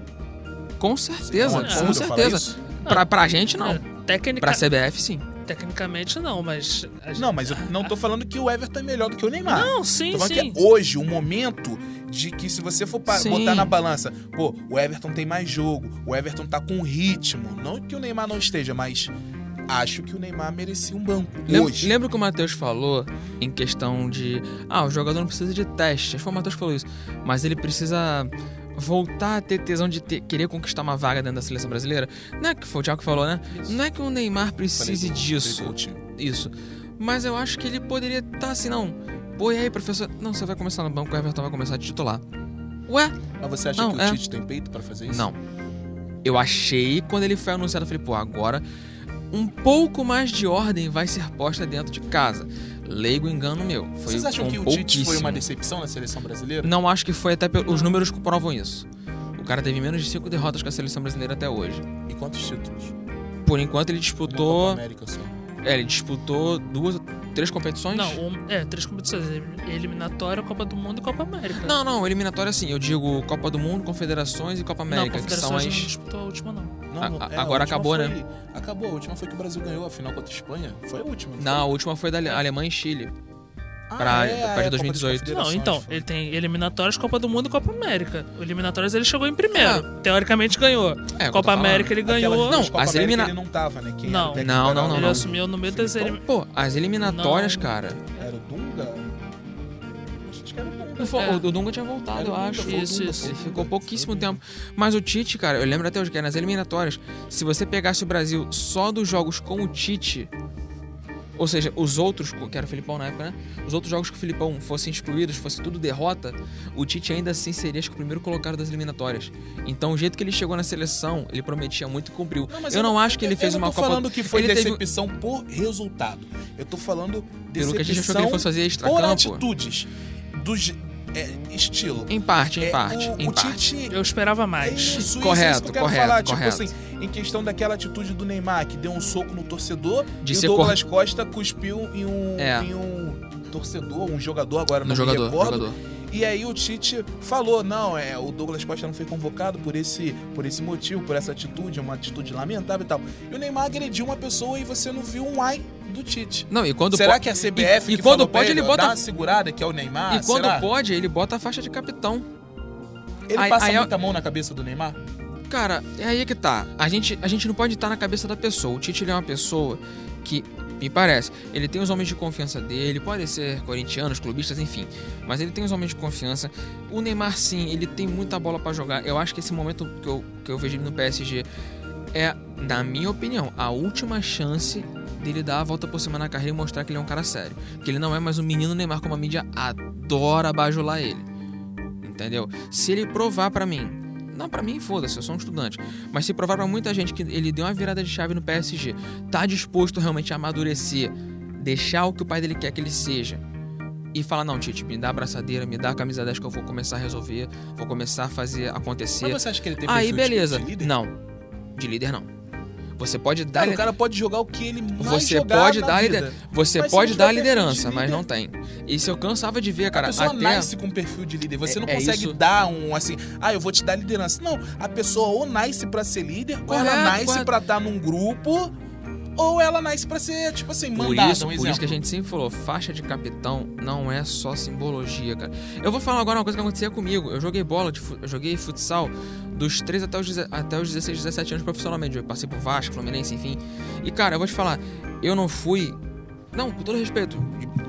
[SPEAKER 2] Com certeza,
[SPEAKER 4] É um
[SPEAKER 2] com
[SPEAKER 4] absurdo eu falar
[SPEAKER 2] certeza.
[SPEAKER 4] isso? É.
[SPEAKER 2] Pra, pra gente, não.
[SPEAKER 3] É, Técnica,
[SPEAKER 2] Pra CBF, sim.
[SPEAKER 3] Tecnicamente não, mas. a gente-
[SPEAKER 4] Não, mas eu não tô falando que o Everton é melhor do que o Neymar.
[SPEAKER 3] Não, sim,
[SPEAKER 4] Tô falando
[SPEAKER 3] sim.
[SPEAKER 4] que é hoje o momento de que se você for pa-
[SPEAKER 2] Sim.
[SPEAKER 4] botar na balança, pô, o Everton tem mais jogo, o Everton tá com ritmo. Não que o Neymar não esteja, mas acho que o Neymar merecia um banco
[SPEAKER 2] Lem-
[SPEAKER 4] hoje.
[SPEAKER 2] Lembra que o Matheus falou em questão de. Ah, o jogador não precisa de teste. Acho que foi o Matheus que falou isso. Mas ele precisa voltar a ter tesão de ter- querer conquistar uma vaga dentro da seleção brasileira. Não é que foi o Thiago que falou, né? Não é que o Neymar precise
[SPEAKER 4] Falei do-
[SPEAKER 2] disso.
[SPEAKER 4] falei do Coutinho.
[SPEAKER 2] Isso. Mas eu acho que ele poderia estar assim, não. acabou, e aí, professor? Não, você vai começar no banco, o Everton vai começar a titular. Ué?
[SPEAKER 4] Mas você acha
[SPEAKER 2] Não,
[SPEAKER 4] que o
[SPEAKER 2] é.
[SPEAKER 4] Tite tem peito pra fazer isso?
[SPEAKER 2] Não. Eu achei, quando ele foi anunciado, eu falei, pô, agora um pouco mais de ordem vai ser posta dentro de casa. Leigo engano meu. Foi
[SPEAKER 4] Vocês acham
[SPEAKER 2] com
[SPEAKER 4] que o Tite foi
[SPEAKER 2] pouquíssimo.
[SPEAKER 4] uma decepção na seleção brasileira?
[SPEAKER 2] Não acho que foi, até pe- os números comprovam isso. O cara teve menos de cinco derrotas com a seleção brasileira até hoje.
[SPEAKER 4] E quantos títulos?
[SPEAKER 2] Por enquanto ele
[SPEAKER 4] Uma
[SPEAKER 2] disputou,
[SPEAKER 4] Copa América só.
[SPEAKER 2] é, ele disputou duas, três competições.
[SPEAKER 3] Não, um- é, três competições. Eliminatória, Copa do Mundo e Copa América.
[SPEAKER 2] Não, não, eliminatória assim, eu digo Copa do Mundo, Confederações e Copa América,
[SPEAKER 3] não,
[SPEAKER 2] que são
[SPEAKER 3] Confederações não
[SPEAKER 2] as
[SPEAKER 3] disputou a última, não.
[SPEAKER 4] Não,
[SPEAKER 2] A-
[SPEAKER 4] não-
[SPEAKER 2] a-
[SPEAKER 4] é, a
[SPEAKER 2] agora
[SPEAKER 4] última
[SPEAKER 2] acabou, né?
[SPEAKER 4] foi- Acabou, a última foi que o Brasil ganhou a final contra a Espanha. Foi a última.
[SPEAKER 2] Não, a
[SPEAKER 4] foi?
[SPEAKER 2] última foi da Ale- Alemanha e Chile.
[SPEAKER 4] Ah,
[SPEAKER 2] pra-
[SPEAKER 4] é,
[SPEAKER 2] pra
[SPEAKER 4] a Copa das
[SPEAKER 2] 2018.
[SPEAKER 3] Não,
[SPEAKER 4] Confederações,
[SPEAKER 3] então,
[SPEAKER 4] foi.
[SPEAKER 3] ele tem eliminatórias, Copa do Mundo e Copa América. O eliminatórias ele chegou em primeiro. Teoricamente ganhou.
[SPEAKER 2] Ah. É, eu tô
[SPEAKER 3] Copa
[SPEAKER 2] falando.
[SPEAKER 3] América ele ganhou.
[SPEAKER 4] Aquelas duas
[SPEAKER 2] Não,
[SPEAKER 4] Copa
[SPEAKER 2] as
[SPEAKER 4] América
[SPEAKER 2] elimina-
[SPEAKER 4] ele não tava, né? Quem
[SPEAKER 3] Não.
[SPEAKER 4] era
[SPEAKER 2] Não, não,
[SPEAKER 4] o técnico
[SPEAKER 2] não, então.
[SPEAKER 3] ele
[SPEAKER 4] era o-
[SPEAKER 3] assumiu no meio das eliminatórias.
[SPEAKER 2] Pô, as eliminatórias,
[SPEAKER 3] Não.
[SPEAKER 2] cara.
[SPEAKER 4] Era o Dunga? Acho que era o Dunga.
[SPEAKER 2] Não foi-
[SPEAKER 3] É.
[SPEAKER 2] O o Dunga tinha voltado,
[SPEAKER 4] Era
[SPEAKER 2] eu
[SPEAKER 4] o Dunga,
[SPEAKER 2] acho.
[SPEAKER 4] foi o
[SPEAKER 3] Isso,
[SPEAKER 4] Dunga,
[SPEAKER 3] isso.
[SPEAKER 4] foi o
[SPEAKER 2] Ele
[SPEAKER 4] Dunga,
[SPEAKER 2] ficou
[SPEAKER 4] foi o
[SPEAKER 2] pouquíssimo
[SPEAKER 4] Dunga.
[SPEAKER 2] tempo. Mas o Tite, cara, eu lembro até hoje que nas eliminatórias, se você pegasse o Brasil só dos jogos com o Tite, ou seja, os outros, que era o Filipão na época, né? Os outros jogos que o Filipão fossem excluídos, fosse tudo derrota, o Tite ainda assim seria acho que o primeiro colocado das eliminatórias. Então o jeito que ele chegou na seleção, ele prometia muito e cumpriu.
[SPEAKER 4] Não, mas
[SPEAKER 2] eu, não acho que ele fez
[SPEAKER 4] eu
[SPEAKER 2] uma
[SPEAKER 4] não tô
[SPEAKER 2] Copa
[SPEAKER 4] falando que foi
[SPEAKER 2] Ele teve-
[SPEAKER 4] decepção por resultado. Eu tô falando
[SPEAKER 2] Pelo
[SPEAKER 4] decepção
[SPEAKER 2] que a gente achou que ele fosse fazer
[SPEAKER 4] por
[SPEAKER 2] extra-campo.
[SPEAKER 4] atitudes. Dos... é, estilo.
[SPEAKER 2] Em parte, em
[SPEAKER 4] É,
[SPEAKER 2] parte,
[SPEAKER 4] o,
[SPEAKER 2] em
[SPEAKER 4] o
[SPEAKER 2] parte.
[SPEAKER 4] Tite
[SPEAKER 3] Eu esperava
[SPEAKER 4] É
[SPEAKER 3] mais.
[SPEAKER 4] isso, isso,
[SPEAKER 2] Correto,
[SPEAKER 4] isso que eu quero
[SPEAKER 2] correto,
[SPEAKER 4] falar.
[SPEAKER 2] correto.
[SPEAKER 4] Tipo assim, em questão daquela atitude do Neymar, que deu um soco no torcedor,
[SPEAKER 2] De
[SPEAKER 4] e o
[SPEAKER 2] ser
[SPEAKER 4] Douglas Costa cuspiu em um,
[SPEAKER 2] É.
[SPEAKER 4] em um torcedor, um jogador agora,
[SPEAKER 2] No
[SPEAKER 4] não me
[SPEAKER 2] jogador,
[SPEAKER 4] recordo.
[SPEAKER 2] jogador.
[SPEAKER 4] E aí o Tite falou, não, é, o Douglas Costa não foi convocado por esse, por esse motivo, por essa atitude, é uma atitude lamentável e tal. E o Neymar agrediu uma pessoa e você não viu um ai do Tite.
[SPEAKER 2] Não, e quando
[SPEAKER 4] Será
[SPEAKER 2] po-
[SPEAKER 4] que a CBF
[SPEAKER 2] e
[SPEAKER 4] que
[SPEAKER 2] quando
[SPEAKER 4] falou pra
[SPEAKER 2] pode, ele
[SPEAKER 4] ó,
[SPEAKER 2] bota-
[SPEAKER 4] dá uma segurada que é o Neymar?
[SPEAKER 2] e quando
[SPEAKER 4] será?
[SPEAKER 2] pode, ele bota a faixa de capitão.
[SPEAKER 4] Ele
[SPEAKER 2] Aí-
[SPEAKER 4] passa
[SPEAKER 2] aí é-
[SPEAKER 4] muita mão na cabeça do Neymar?
[SPEAKER 2] Cara, é aí que tá. A gente, a gente não pode estar na cabeça da pessoa. O Tite ele é uma pessoa que, me parece, ele tem os homens de confiança dele, podem ser corintianos, clubistas, enfim. Mas ele tem os homens de confiança. O Neymar, sim, ele tem muita bola pra jogar. Eu acho que esse momento que eu, que eu vejo ele no PSG é, na minha opinião, a última chance dele dar a volta por cima na carreira e mostrar que ele é um cara sério. Que ele não é mais um menino Neymar, como a mídia adora bajular ele. Entendeu? Se ele provar pra mim, não pra mim, foda-se, eu sou um estudante, mas se provar pra muita gente que ele deu uma virada de chave no PSG, tá disposto realmente a amadurecer, deixar o que o pai dele quer que ele seja. E falar, não, Tite, me dá a abraçadeira, me dá a camisa 10 que eu vou começar a resolver, vou começar a fazer acontecer.
[SPEAKER 4] Mas você acha que ele tem perfil
[SPEAKER 2] Aí,
[SPEAKER 4] de- tipo
[SPEAKER 2] beleza.
[SPEAKER 4] de líder?
[SPEAKER 2] Não. De líder, não. Você pode dar.
[SPEAKER 4] Cara, o cara pode jogar o que ele mais
[SPEAKER 2] Você
[SPEAKER 4] jogar
[SPEAKER 2] pode
[SPEAKER 4] na
[SPEAKER 2] dar
[SPEAKER 4] vida.
[SPEAKER 2] lider- Você
[SPEAKER 4] Mas se
[SPEAKER 2] pode
[SPEAKER 4] não
[SPEAKER 2] dar a
[SPEAKER 4] tiver perfil de
[SPEAKER 2] liderança, mas
[SPEAKER 4] líder-
[SPEAKER 2] não tem. Isso eu cansava de ver,
[SPEAKER 4] a
[SPEAKER 2] cara.
[SPEAKER 4] pessoa
[SPEAKER 2] Até.
[SPEAKER 4] nasce com um perfil de líder. Você
[SPEAKER 2] É-
[SPEAKER 4] não
[SPEAKER 2] é
[SPEAKER 4] consegue
[SPEAKER 2] isso.
[SPEAKER 4] dar um assim, ah, eu vou te dar liderança. Não, a pessoa ou nasce pra ser líder, ou
[SPEAKER 2] Correto,
[SPEAKER 4] ela nasce
[SPEAKER 2] correto.
[SPEAKER 4] pra estar num grupo, ou ela nasce pra ser, tipo assim,
[SPEAKER 2] Por
[SPEAKER 4] mandada.
[SPEAKER 2] isso,
[SPEAKER 4] um
[SPEAKER 2] por
[SPEAKER 4] exemplo.
[SPEAKER 2] isso que a gente sempre falou, faixa de capitão não é só simbologia, cara. Eu vou falar agora uma coisa que acontecia comigo. Eu joguei bola, de fu- eu joguei futsal dos 3 até os, deze- até os 16, 17 anos profissionalmente. Eu passei por Vasco, Fluminense, enfim. E, cara, eu vou te falar, eu não fui. Não, com todo respeito,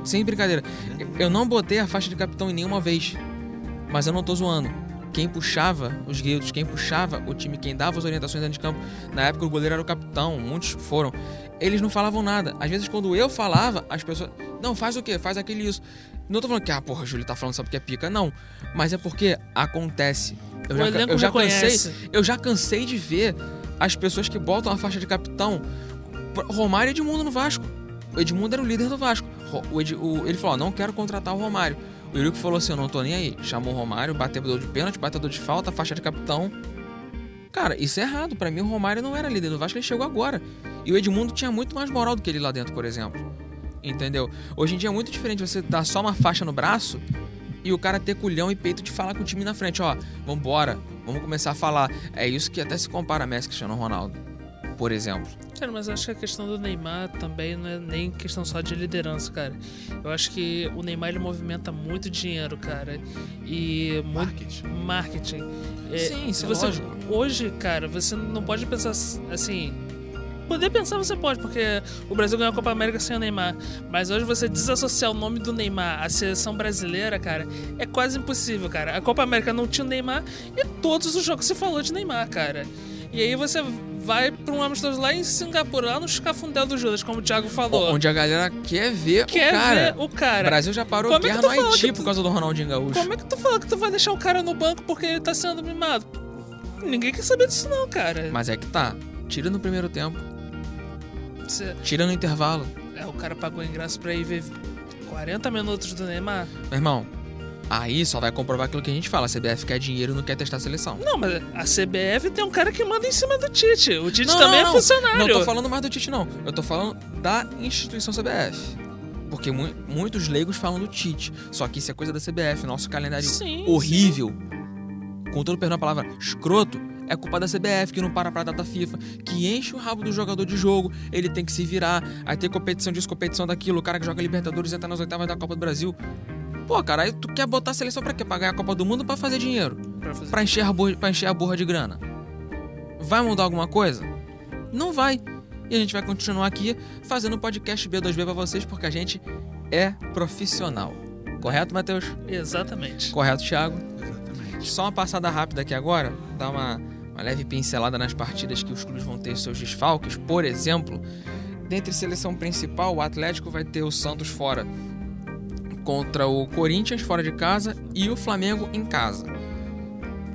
[SPEAKER 2] sem brincadeira. Eu não botei a faixa de capitão em nenhuma vez. Mas eu não tô zoando. Quem puxava os guildos, quem puxava o time, quem dava as orientações dentro de campo. Na época o goleiro era o capitão, muitos foram. Eles não falavam nada. Às vezes quando eu falava, as pessoas. Não, faz o quê? Faz aquele isso. Não tô falando que, ah, porra, o Júlio tá falando só porque é pica. Não. Mas é porque acontece. Eu
[SPEAKER 3] O
[SPEAKER 2] já,
[SPEAKER 3] elenco
[SPEAKER 2] eu já
[SPEAKER 3] reconhece.
[SPEAKER 2] cansei. Eu já cansei de ver as pessoas que botam a faixa de capitão. Romário e Edmundo no Vasco. O Edmundo era o líder do Vasco. Ro- o Ed- o- ele falou: ó, não quero contratar o Romário. O Eurico falou assim: eu não tô nem aí. Chamou o Romário, batedor de pênalti, batedor de falta, faixa de capitão. Cara, isso é errado. Pra mim, o Romário não era líder do Vasco, ele chegou agora. E o Edmundo tinha muito mais moral do que ele lá dentro, por exemplo. Entendeu? Hoje em dia é muito diferente você dar só uma faixa no braço e o cara ter culhão e peito de falar com o time na frente: ó, vambora, vamos começar a falar. É isso que até se compara a Messi e Cristiano Ronaldo, por exemplo.
[SPEAKER 3] Cara, mas eu acho que a questão do Neymar também não é nem questão só de liderança, cara. Eu acho que o Neymar ele movimenta muito dinheiro, cara. E muito
[SPEAKER 4] Marketing.
[SPEAKER 3] marketing. É,
[SPEAKER 2] Sim, isso é
[SPEAKER 3] você
[SPEAKER 2] lógico.
[SPEAKER 3] Hoje, cara, você não pode pensar assim. Poder pensar você pode, porque o Brasil ganhou a Copa América sem o Neymar. Mas hoje você desassociar o nome do Neymar à seleção brasileira, cara, é quase impossível, cara. A Copa América não tinha o Neymar e todos os jogos se falou de Neymar, cara. E aí você vai pra um amistoso lá em Singapura, lá no escafundel do Judas, como o Thiago falou.
[SPEAKER 2] Onde a galera quer ver
[SPEAKER 3] Quer
[SPEAKER 2] o cara.
[SPEAKER 3] ver o cara.
[SPEAKER 2] O Brasil já parou a
[SPEAKER 3] Como é que
[SPEAKER 2] guerra
[SPEAKER 3] tu
[SPEAKER 2] no
[SPEAKER 3] fala
[SPEAKER 2] Haiti
[SPEAKER 3] que tu-
[SPEAKER 2] por causa do Ronaldinho Gaúcho.
[SPEAKER 3] Como é que tu fala que tu vai deixar o cara no banco porque ele tá sendo mimado? Ninguém quer saber disso não, cara.
[SPEAKER 2] Mas é que tá. Tira no primeiro tempo,
[SPEAKER 3] Cê-
[SPEAKER 2] tira no intervalo.
[SPEAKER 3] é, o cara pagou ingresso pra ir ver 40 minutos do Neymar.
[SPEAKER 2] Meu irmão, aí só vai comprovar aquilo que a gente fala. A CBF quer dinheiro e não quer testar a seleção.
[SPEAKER 3] Não, mas a CBF tem um cara que manda em cima do Tite. O Tite
[SPEAKER 2] Não,
[SPEAKER 3] também
[SPEAKER 2] não,
[SPEAKER 3] é
[SPEAKER 2] não.
[SPEAKER 3] funcionário.
[SPEAKER 2] Não tô falando mais do Tite, não. Eu tô falando da instituição CBF. Porque mu- muitos leigos falam do Tite. Só que isso é coisa da CBF. Nosso calendário
[SPEAKER 3] Sim,
[SPEAKER 2] horrível, com todo perdão a palavra, escroto, é culpa da CBF que não para pra data FIFA, que enche o rabo do jogador de jogo, ele tem que se virar, aí tem competição disso, competição daquilo, o cara que joga Libertadores entra nas oitavas da Copa do Brasil. Pô, cara, aí tu quer botar a seleção pra quê? Pra ganhar a Copa do Mundo ou pra fazer dinheiro?
[SPEAKER 3] Pra fazer-
[SPEAKER 2] Pra encher a burra, pra encher a burra de grana? Vai mudar alguma coisa? Não vai. E a gente vai continuar aqui fazendo o podcast B2B pra vocês, porque a gente é profissional. Correto, Matheus?
[SPEAKER 3] Exatamente.
[SPEAKER 2] Correto, Thiago?
[SPEAKER 4] Exatamente.
[SPEAKER 2] Só uma passada rápida aqui agora, dar uma, uma leve pincelada nas partidas que os clubes vão ter seus desfalques. Por exemplo, dentre seleção principal, o Atlético vai ter o Santos fora contra o Corinthians fora de casa e o Flamengo em casa.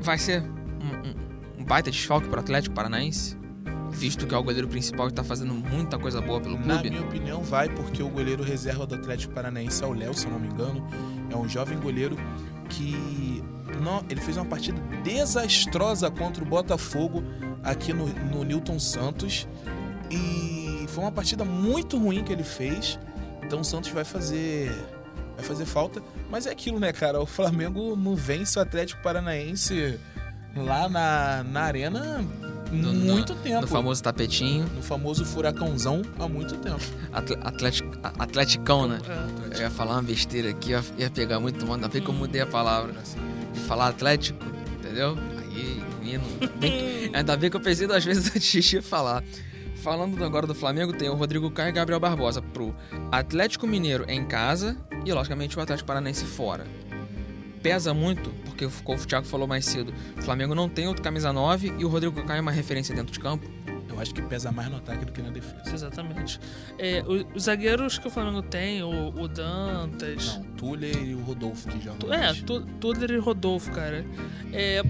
[SPEAKER 2] Vai ser um, um- um baita desfalque para o Atlético Paranaense, visto que é o goleiro principal que está fazendo muita coisa boa pelo
[SPEAKER 4] Na
[SPEAKER 2] clube.
[SPEAKER 4] minha opinião, vai, porque o goleiro reserva do Atlético Paranaense é o Léo, se eu não me engano. É um jovem goleiro que. Não, ele fez uma partida desastrosa contra o Botafogo aqui no, no Newton Santos. E foi uma partida muito ruim que ele fez. Então o Santos vai fazer. Vai fazer falta. Mas é aquilo, né, cara? O Flamengo não vence o Atlético Paranaense lá na, na arena há
[SPEAKER 2] No- no-
[SPEAKER 4] muito tempo.
[SPEAKER 2] No famoso tapetinho,
[SPEAKER 4] no famoso furacãozão há muito tempo.
[SPEAKER 2] atle- atlético, a- atleticão, né?
[SPEAKER 3] É.
[SPEAKER 2] Eu ia falar uma besteira aqui, ia, ia pegar muito mal, ainda bem que eu mudei a palavra. E falar Atlético, entendeu? Aí, menino. bem que- ainda bem que eu pensei duas vezes antes de falar. Falando agora do Flamengo, tem o Rodrigo Caio e Gabriel Barbosa pro Atlético Mineiro em casa e, logicamente, o Atlético Paranaense fora. Pesa muito, porque o- como o Thiago falou mais cedo, o Flamengo não tem outro camisa 9 e o Rodrigo Caio é uma referência dentro de campo.
[SPEAKER 4] Eu acho que pesa mais no ataque do que na defesa.
[SPEAKER 3] Exatamente. É, o- os zagueiros que o Flamengo tem, o, o Dantas.
[SPEAKER 4] Não, o Tuller e o Rodolfo que jogam.
[SPEAKER 3] Tu- É,
[SPEAKER 4] mais.
[SPEAKER 3] Tu- Tudor e Rodolfo, cara. É,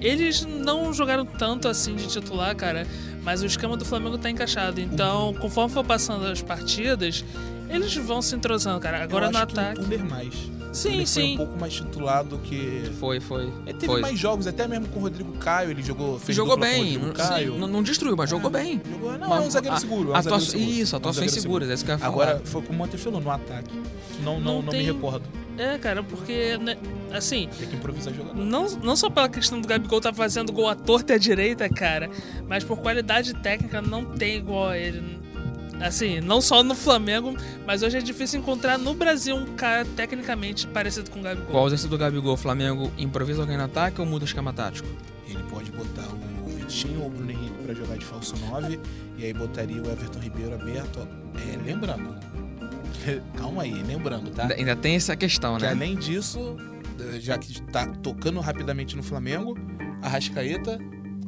[SPEAKER 3] eles não jogaram tanto assim de titular, cara, mas o esquema do Flamengo tá encaixado. Então, conforme for passando as partidas, eles vão se entrosando, cara. Agora
[SPEAKER 4] Eu
[SPEAKER 3] no
[SPEAKER 4] acho que
[SPEAKER 3] ataque.
[SPEAKER 4] O Tuller mais.
[SPEAKER 3] Sim,
[SPEAKER 4] ele Foi
[SPEAKER 3] sim.
[SPEAKER 4] um pouco mais titular do que.
[SPEAKER 2] Foi, foi.
[SPEAKER 4] Ele teve
[SPEAKER 2] foi.
[SPEAKER 4] mais jogos, até mesmo com o Rodrigo Caio, ele jogou. Fez
[SPEAKER 2] jogou
[SPEAKER 4] dupla com o
[SPEAKER 2] bem,
[SPEAKER 4] Rodrigo
[SPEAKER 2] não,
[SPEAKER 4] Caio.
[SPEAKER 2] não- não destruiu, mas jogou
[SPEAKER 4] É,
[SPEAKER 2] bem.
[SPEAKER 4] Jogou, não,
[SPEAKER 2] Mas
[SPEAKER 4] é um zagueiro
[SPEAKER 2] a-
[SPEAKER 4] seguro. É um
[SPEAKER 2] Atua...
[SPEAKER 4] zagueiro seguro.
[SPEAKER 2] Isso,
[SPEAKER 4] É um
[SPEAKER 2] atuações
[SPEAKER 4] zagueiro
[SPEAKER 2] seguras, é isso que eu ia falar.
[SPEAKER 4] Agora foi com o Matheus falou no ataque. Não, não,
[SPEAKER 3] Não
[SPEAKER 4] não
[SPEAKER 3] tem-
[SPEAKER 4] me recordo.
[SPEAKER 3] É, cara, porque, né, assim,
[SPEAKER 4] Tem que improvisar jogando.
[SPEAKER 3] não, não só pela questão do Gabigol tá fazendo gol à torta e à direita, cara, mas por qualidade técnica não tem igual a ele. Assim, não só no Flamengo, mas hoje é difícil encontrar no Brasil um cara tecnicamente parecido com o Gabigol.
[SPEAKER 2] Com a ausência do Gabigol, o Flamengo improvisa alguém no ataque ou muda o esquema tático?
[SPEAKER 4] Ele pode botar o Vitinho ou o Bruno Henrique pra jogar de falso 9 e aí botaria o Everton Ribeiro aberto. ó. É, lembrando. Calma aí, lembrando, tá?
[SPEAKER 2] Ainda, ainda tem essa questão,
[SPEAKER 4] Que é
[SPEAKER 2] né?
[SPEAKER 4] além disso, eh, já que tá tocando rapidamente no Flamengo, Arrascaeta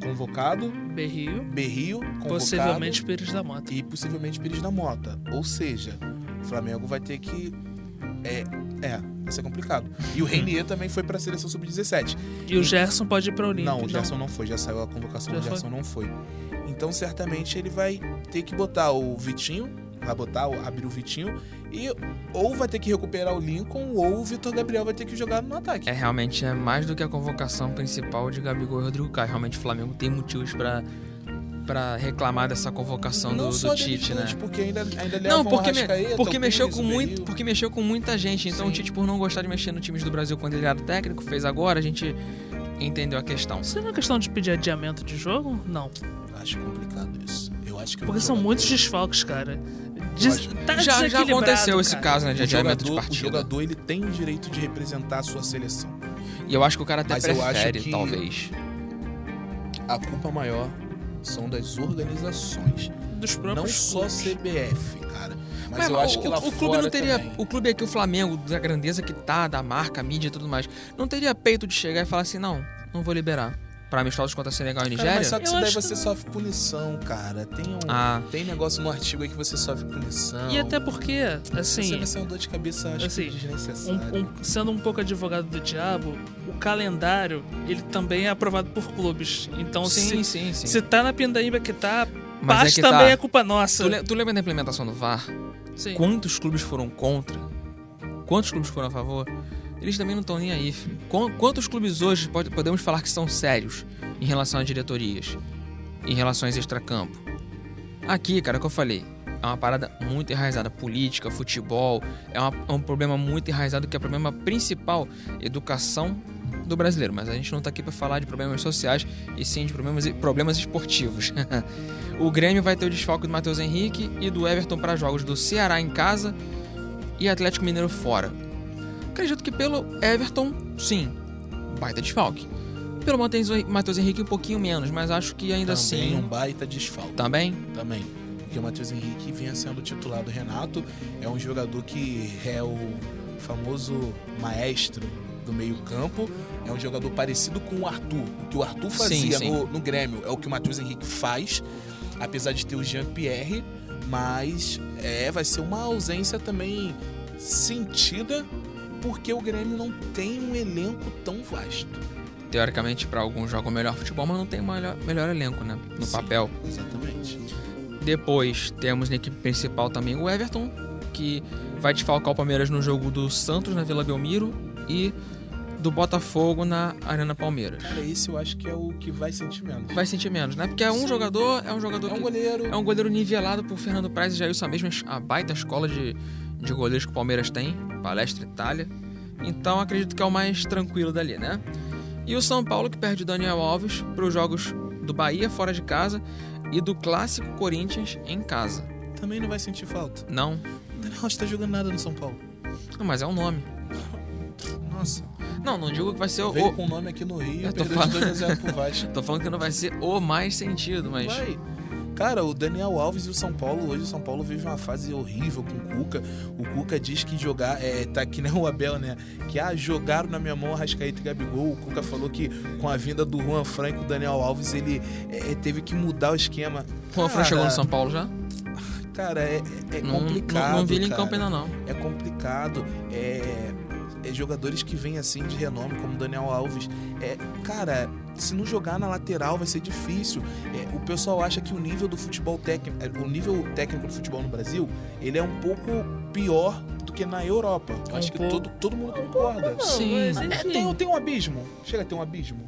[SPEAKER 4] convocado,
[SPEAKER 3] Berrio.
[SPEAKER 4] Berrio convocado
[SPEAKER 3] Possivelmente Pires da Mota.
[SPEAKER 4] e possivelmente Pires da Mota. Ou seja, o Flamengo vai ter que é é, vai ser complicado. E o Reinier também foi pra seleção sub-17.
[SPEAKER 3] E o Gerson pode ir pra Olímpia.
[SPEAKER 4] Não, o Gerson não foi, já saiu a convocação
[SPEAKER 3] Já
[SPEAKER 4] do Gerson, não foi. Então, certamente, ele vai ter que botar o Vitinho, vai botar, o- abrir o Vitinho, e ou vai ter que recuperar o Lincoln, ou o Vitor Gabriel vai ter que jogar no ataque.
[SPEAKER 2] É realmente é mais do que a convocação principal de Gabigol e Rodrigo Caio. Realmente o Flamengo tem motivos pra para reclamar dessa convocação do, do
[SPEAKER 4] deles
[SPEAKER 2] Tite, né?
[SPEAKER 4] dois, porque ainda, ainda
[SPEAKER 2] Não,
[SPEAKER 4] levam
[SPEAKER 2] porque,
[SPEAKER 4] o
[SPEAKER 2] me-
[SPEAKER 4] Arrascaeta,
[SPEAKER 2] porque
[SPEAKER 4] o
[SPEAKER 2] mexeu
[SPEAKER 4] Pires,
[SPEAKER 2] com
[SPEAKER 4] o
[SPEAKER 2] muito,
[SPEAKER 4] Beril.
[SPEAKER 2] porque mexeu com muita gente. Então o
[SPEAKER 4] Sim.
[SPEAKER 2] Tite, por não gostar de mexer no times do Brasil quando ele era técnico, fez agora, a gente entendeu a questão.
[SPEAKER 3] Isso não é questão de pedir adiamento de jogo? Não.
[SPEAKER 4] Acho complicado isso. Eu acho que
[SPEAKER 3] Porque
[SPEAKER 4] o
[SPEAKER 3] são
[SPEAKER 4] jogador-
[SPEAKER 3] muitos desfalques, cara. Des...
[SPEAKER 4] acho-
[SPEAKER 3] Tá
[SPEAKER 2] Já, já
[SPEAKER 3] desequilibrado,
[SPEAKER 2] aconteceu esse
[SPEAKER 3] cara.
[SPEAKER 2] caso, né, de
[SPEAKER 4] o
[SPEAKER 2] adiamento de
[SPEAKER 4] jogador- O
[SPEAKER 2] partida.
[SPEAKER 4] jogador ele tem o direito de representar a sua seleção.
[SPEAKER 2] E eu acho que o cara até
[SPEAKER 4] Mas eu acho
[SPEAKER 2] prefere,
[SPEAKER 4] que-
[SPEAKER 2] talvez.
[SPEAKER 4] A culpa maior são das organizações.
[SPEAKER 3] Dos próprios
[SPEAKER 4] né? Não só
[SPEAKER 3] clubes.
[SPEAKER 4] CBF, cara. Mas, eu
[SPEAKER 2] o-
[SPEAKER 4] acho que lá
[SPEAKER 2] o, o clube
[SPEAKER 4] fora
[SPEAKER 2] não teria.
[SPEAKER 4] também.
[SPEAKER 2] O clube aqui, o Flamengo, da grandeza que tá, da marca, mídia e tudo mais, não teria peito de chegar e falar assim, não, não vou liberar. pra amistosos contra Senegal e
[SPEAKER 4] Cara,
[SPEAKER 2] Nigéria?
[SPEAKER 4] mas só que
[SPEAKER 3] Eu
[SPEAKER 4] isso daí
[SPEAKER 3] acho que-
[SPEAKER 4] você sofre punição, cara. Tem um.
[SPEAKER 2] Ah,
[SPEAKER 4] Tem negócio no artigo aí que você sofre punição.
[SPEAKER 3] E até porque,
[SPEAKER 4] Isso
[SPEAKER 3] assim,
[SPEAKER 4] vai ser uma dor de cabeça, acho
[SPEAKER 3] Assim,
[SPEAKER 4] que desnecessário.
[SPEAKER 3] um- um- sendo um pouco advogado do diabo, o calendário, ele também é aprovado por clubes. Então,
[SPEAKER 2] sim,
[SPEAKER 3] se,
[SPEAKER 2] sim, sim.
[SPEAKER 3] se tá na pindaíba que tá,
[SPEAKER 2] Mas
[SPEAKER 3] parte
[SPEAKER 2] é que
[SPEAKER 3] também
[SPEAKER 2] tá.
[SPEAKER 3] é culpa nossa.
[SPEAKER 2] Tu, le- tu lembra da implementação do VAR?
[SPEAKER 3] Sim.
[SPEAKER 2] Quantos clubes foram contra? Quantos clubes foram a favor? Eles também não estão nem aí, filho. Quan- Quantos clubes hoje pode- podemos falar que são sérios em relação a diretorias? Em relações extracampo? Aqui, cara, é o que eu falei. É uma parada muito enraizada. Política, futebol. É, uma- é um problema muito enraizado que é o problema principal. Educação do brasileiro. Mas a gente não tá aqui pra falar de problemas sociais e sim de problemas, problemas esportivos. O Grêmio vai ter o desfalque do Matheus Henrique e do Everton para jogos do Ceará em casa e Atlético Mineiro fora. Acredito que pelo Everton, sim, baita desfalque. Pelo Matheus Matheus Henrique, um pouquinho menos, mas acho que ainda
[SPEAKER 4] Também
[SPEAKER 2] assim.
[SPEAKER 4] um baita desfalque.
[SPEAKER 2] Também?
[SPEAKER 4] Também. Porque o Matheus Henrique vinha sendo titular do Renato. É um jogador que é o famoso maestro do meio-campo. É um jogador parecido com o Arthur. O que o Arthur fazia
[SPEAKER 2] Sim, sim.
[SPEAKER 4] No, no Grêmio é o que o Matheus Henrique faz, apesar de ter o Jean-Pierre. Mas é, vai ser uma ausência também sentida, porque o Grêmio não tem um elenco tão vasto.
[SPEAKER 2] Teoricamente, para alguns jogam melhor futebol, mas não tem o melhor, melhor elenco, né? No
[SPEAKER 4] Sim.
[SPEAKER 2] papel.
[SPEAKER 4] Exatamente.
[SPEAKER 2] Depois temos na equipe principal também o Everton, que vai desfalcar o Palmeiras no jogo do Santos na Vila Belmiro e do Botafogo na Arena Palmeiras.
[SPEAKER 4] Cara, esse eu acho que é o que vai sentir menos.
[SPEAKER 2] vai sentir menos, né? Porque é um
[SPEAKER 4] Sim.
[SPEAKER 2] jogador, é um jogador
[SPEAKER 4] É um
[SPEAKER 2] que-
[SPEAKER 4] goleiro.
[SPEAKER 2] é um goleiro nivelado por Fernando Praz e Jailson, a mesma es- a baita escola de, de goleiros que o Palmeiras tem, Palestra Itália. Então acredito que é o mais tranquilo dali, né? E o São Paulo que perde o Daniel Alves para os jogos do Bahia fora de casa e do clássico Corinthians em casa.
[SPEAKER 4] Também não vai sentir falta.
[SPEAKER 2] Não,
[SPEAKER 4] O Daniel Alves tá jogando nada no São Paulo.
[SPEAKER 2] não, mas é um nome.
[SPEAKER 4] Nossa.
[SPEAKER 2] Não, não digo que vai ser o.
[SPEAKER 4] Veio
[SPEAKER 2] o-
[SPEAKER 4] com o nome aqui no Rio,
[SPEAKER 2] Eu tô
[SPEAKER 4] perdeu de
[SPEAKER 2] falando.
[SPEAKER 4] 2x0 pro Vasco.
[SPEAKER 2] Tô falando que não vai ser o mais sentido, mas.
[SPEAKER 4] Vai. Cara, o Daniel Alves e o São Paulo, hoje o São Paulo vive uma fase horrível com o Cuca. O Cuca diz que jogar, é, tá que nem o Abel, né? Que, ah, jogaram na minha mão Arrascaeta e Gabigol. O Cuca falou que com a vinda do Juan Franco, o Daniel Alves, ele é, teve que mudar o esquema.
[SPEAKER 2] O Juan Fran chegou no São Paulo já?
[SPEAKER 4] Cara, é, é- é
[SPEAKER 2] Não-
[SPEAKER 4] complicado,
[SPEAKER 2] Não, não vi ele em
[SPEAKER 4] cara.
[SPEAKER 2] campo ainda não.
[SPEAKER 4] é complicado, é, é jogadores que vêm assim de renome, como Daniel Alves. É, cara, se não jogar na lateral vai ser difícil. É, o pessoal acha que o nível do futebol técnico, é, o nível técnico do futebol no Brasil, ele é um pouco pior do que na Europa. Eu acho
[SPEAKER 3] Um
[SPEAKER 4] que
[SPEAKER 3] pouco.
[SPEAKER 4] todo, todo mundo concorda.
[SPEAKER 3] Não,
[SPEAKER 2] Sim.
[SPEAKER 3] mas,
[SPEAKER 4] É,
[SPEAKER 3] enfim,
[SPEAKER 4] tem, tem um abismo. Chega a ter um abismo.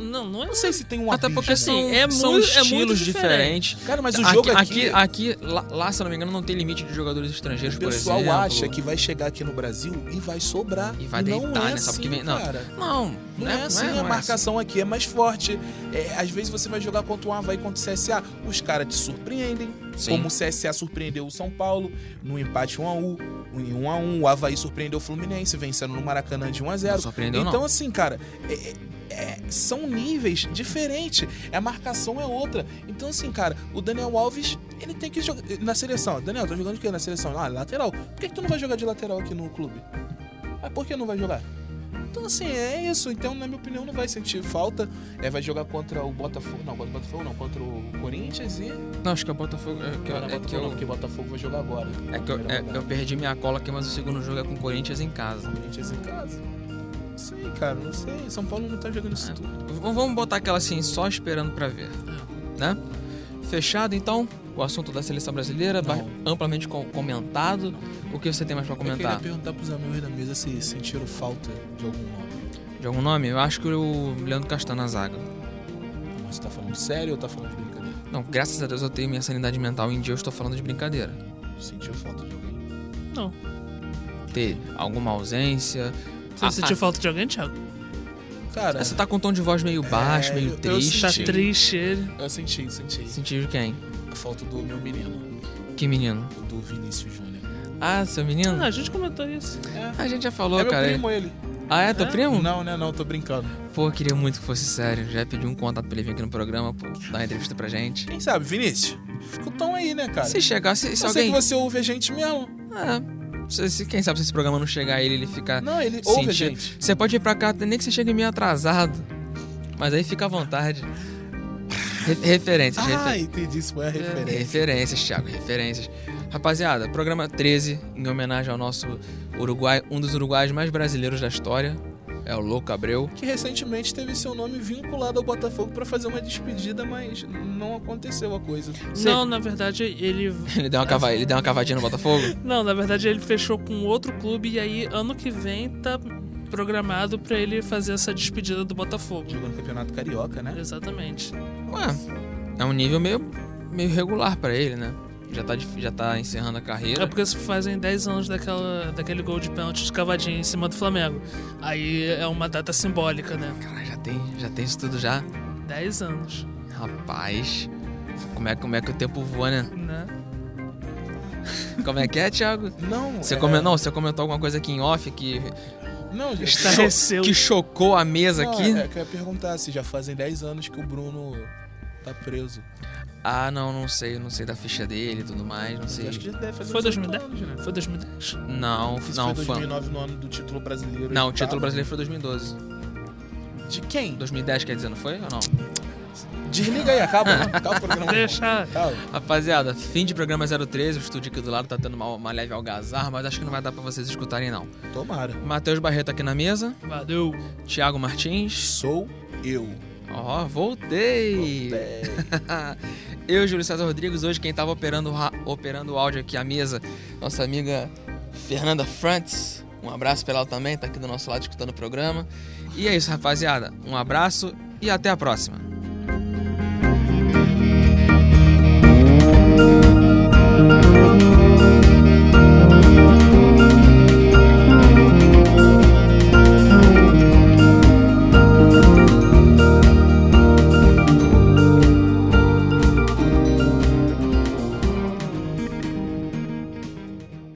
[SPEAKER 3] Não, não é
[SPEAKER 4] Não sei se tem um
[SPEAKER 2] Até
[SPEAKER 4] abismo.
[SPEAKER 2] porque são,
[SPEAKER 3] Assim, é
[SPEAKER 2] são
[SPEAKER 3] muito- é muito
[SPEAKER 2] estilos
[SPEAKER 3] diferente.
[SPEAKER 2] diferentes.
[SPEAKER 4] Cara, mas o
[SPEAKER 2] aqui,
[SPEAKER 4] jogo
[SPEAKER 2] aqui, é aqui, lá, lá, se eu não me engano, não tem limite de jogadores estrangeiros,
[SPEAKER 4] O
[SPEAKER 2] por
[SPEAKER 4] pessoal
[SPEAKER 2] exemplo.
[SPEAKER 4] acha que vai chegar aqui no Brasil e vai sobrar.
[SPEAKER 2] E vai
[SPEAKER 4] não
[SPEAKER 2] deitar,
[SPEAKER 4] é
[SPEAKER 2] né? Só
[SPEAKER 4] assim,
[SPEAKER 2] porque vem- não.
[SPEAKER 4] cara.
[SPEAKER 2] Não,
[SPEAKER 4] Não
[SPEAKER 2] né?
[SPEAKER 4] é assim,
[SPEAKER 2] não é
[SPEAKER 4] a marcação aqui é mais forte. É, às vezes você vai jogar contra o Havaí, contra o CSA, os caras te surpreendem.
[SPEAKER 2] Sim.
[SPEAKER 4] Como o CSA surpreendeu o São Paulo no empate 1x1, em 1x1, o Havaí surpreendeu o Fluminense, vencendo no Maracanã de
[SPEAKER 2] Não
[SPEAKER 4] 1x0.
[SPEAKER 2] surpreendeu,
[SPEAKER 4] Então,
[SPEAKER 2] não.
[SPEAKER 4] assim, cara, é- é- é- são níveis diferentes. A marcação é outra. Então, assim, cara, o Daniel Alves, ele tem que jogar. Na seleção, Daniel, tá jogando de quê na seleção? Ah, lateral. Por que, que tu não vai jogar de lateral aqui no clube? Ah, por que não vai jogar? Então, assim, é isso. Então, na minha opinião, não vai sentir falta. É, vai jogar contra o Botafogo. Não, contra o Botafogo não, contra o Corinthians e.
[SPEAKER 2] Não, acho que é o Botafogo. É que, eu-
[SPEAKER 4] não, não,
[SPEAKER 2] é que
[SPEAKER 4] Botafogo não,
[SPEAKER 2] eu,
[SPEAKER 4] porque o Botafogo vai jogar agora.
[SPEAKER 2] é que eu, é- eu perdi minha cola aqui, mas o segundo jogo é com o Corinthians em casa.
[SPEAKER 4] Corinthians em casa. Não sei, cara, não sei. São Paulo não tá jogando isso
[SPEAKER 2] É.
[SPEAKER 4] tudo.
[SPEAKER 2] V- Vamos botar aquela assim, só esperando pra ver.
[SPEAKER 4] É.
[SPEAKER 2] Né? Fechado, então, o assunto da seleção brasileira,
[SPEAKER 4] Não.
[SPEAKER 2] ba- amplamente co- comentado. O que você tem mais pra
[SPEAKER 4] Eu
[SPEAKER 2] comentar?
[SPEAKER 4] queria perguntar pros amigos da mesa se sentiram falta de algum nome.
[SPEAKER 2] De algum nome? Eu acho que o Leandro Castanho na zaga.
[SPEAKER 4] Mas você tá falando sério ou tá falando de brincadeira?
[SPEAKER 2] Não, graças a Deus eu tenho minha sanidade mental em dia, eu estou falando de brincadeira.
[SPEAKER 4] Sentiu falta de alguém?
[SPEAKER 3] Não.
[SPEAKER 2] Ter alguma ausência.
[SPEAKER 3] Você
[SPEAKER 2] Ah,
[SPEAKER 3] sentiu
[SPEAKER 2] ah,
[SPEAKER 3] falta de alguém, Thiago?
[SPEAKER 4] Cara,
[SPEAKER 2] Você tá com um tom de voz meio baixo,
[SPEAKER 4] É,
[SPEAKER 2] meio
[SPEAKER 4] eu- eu
[SPEAKER 2] triste.
[SPEAKER 3] Tá
[SPEAKER 4] Sim.
[SPEAKER 3] triste ele.
[SPEAKER 4] eu senti, senti.
[SPEAKER 2] Sentiu de quem?
[SPEAKER 4] A falta do meu menino,
[SPEAKER 2] Que menino?
[SPEAKER 4] o do Vinícius Júnior.
[SPEAKER 2] Ah, seu menino?
[SPEAKER 3] Ah, a gente comentou isso.
[SPEAKER 2] A gente já falou,
[SPEAKER 4] é meu
[SPEAKER 2] cara.
[SPEAKER 4] primo ele.
[SPEAKER 2] Ah, é teu
[SPEAKER 3] É?
[SPEAKER 2] primo?
[SPEAKER 4] Não, né? Não, tô brincando.
[SPEAKER 2] Pô, eu queria muito que fosse sério. Já pedi um contato pra ele vir aqui no programa, pô, dar uma entrevista pra gente.
[SPEAKER 4] Quem sabe, Vinícius? Fica o tom aí, né, cara?
[SPEAKER 2] Se chegar, se, se
[SPEAKER 4] eu sei
[SPEAKER 2] alguém.
[SPEAKER 4] que você ouve a gente mesmo.
[SPEAKER 2] Ah, se, se- quem sabe se esse programa não chegar a ele, ele fica.
[SPEAKER 4] Não, ele
[SPEAKER 2] Sentiu.
[SPEAKER 4] ouve a gente.
[SPEAKER 2] Você pode ir pra cá, nem que você chegue meio atrasado. Mas aí fica à vontade. Re- Referências,
[SPEAKER 4] Ah,
[SPEAKER 2] refer-
[SPEAKER 4] entendi. Isso
[SPEAKER 2] É.
[SPEAKER 4] foi a referência.
[SPEAKER 2] referências, Thiago, referências. Rapaziada, programa 13, em homenagem ao nosso Uruguai, um dos uruguaios mais brasileiros da história. É o Louco Abreu.
[SPEAKER 4] Que recentemente teve seu nome vinculado ao Botafogo pra fazer uma despedida, mas não aconteceu a coisa.
[SPEAKER 3] Não, na verdade, ele.
[SPEAKER 2] Ele deu uma, cava... ele deu uma cavadinha no Botafogo.
[SPEAKER 3] Não, na verdade, ele fechou com outro clube e aí ano que vem tá programado pra ele fazer essa despedida do Botafogo.
[SPEAKER 4] Jogou no Campeonato Carioca, né?
[SPEAKER 3] Exatamente.
[SPEAKER 2] Ué, é um nível meio, meio regular pra ele, né? Já tá, dif- já tá encerrando a
[SPEAKER 3] É
[SPEAKER 2] carreira.
[SPEAKER 3] porque se fazem 10 anos daquela, daquele gol de pênalti de cavadinha em cima do Flamengo. Aí é uma data simbólica, né?
[SPEAKER 2] Cara, já tem, já tem isso tudo já.
[SPEAKER 3] 10 anos,
[SPEAKER 2] Rapaz, como é, como é que o tempo voa, né?
[SPEAKER 3] né?
[SPEAKER 2] Como é que é, Thiago?
[SPEAKER 4] Não.
[SPEAKER 2] Você,
[SPEAKER 4] é-
[SPEAKER 2] comentou, não, você comentou alguma coisa aqui em off que,
[SPEAKER 4] Não, já-
[SPEAKER 3] Estarreceu.
[SPEAKER 2] que chocou a mesa
[SPEAKER 4] Não,
[SPEAKER 2] aqui?
[SPEAKER 4] É, é que eu ia perguntar se já fazem 10 anos que o Bruno tá preso.
[SPEAKER 2] Ah, não, não sei, não sei da ficha dele e tudo mais, não
[SPEAKER 4] Mas
[SPEAKER 2] sei.
[SPEAKER 4] acho que já deve fazer
[SPEAKER 3] Foi
[SPEAKER 4] uns oito
[SPEAKER 3] 2010?
[SPEAKER 4] anos, né?
[SPEAKER 3] Foi 2010.
[SPEAKER 2] Não,
[SPEAKER 4] Isso
[SPEAKER 2] não,
[SPEAKER 4] foi
[SPEAKER 2] fã.
[SPEAKER 4] 2009 no ano do título brasileiro.
[SPEAKER 2] Não, o
[SPEAKER 4] oitavo.
[SPEAKER 2] título brasileiro foi 2012.
[SPEAKER 4] De quem?
[SPEAKER 2] 2010 quer dizer, não foi ou não?
[SPEAKER 4] Desliga aí, acaba. né? acaba o programa. Tá,
[SPEAKER 3] Deixa.
[SPEAKER 4] Acaba.
[SPEAKER 2] Rapaziada, fim de programa 013, o estúdio aqui do lado tá tendo uma, uma leve algazarra, mas acho que não vai dar pra vocês escutarem não.
[SPEAKER 4] Tomara.
[SPEAKER 2] Matheus Barreto aqui na mesa,
[SPEAKER 3] Valeu.
[SPEAKER 2] Thiago Martins.
[SPEAKER 4] Sou eu. É,
[SPEAKER 2] Ó, voltei! Eu, Júlio César Rodrigues, hoje quem tava operando, o ra- operando o áudio aqui à mesa, nossa amiga Fernanda Frantz. Um abraço pra ela também, tá aqui do nosso lado escutando o programa. E é isso, rapaziada. Um abraço e até a próxima.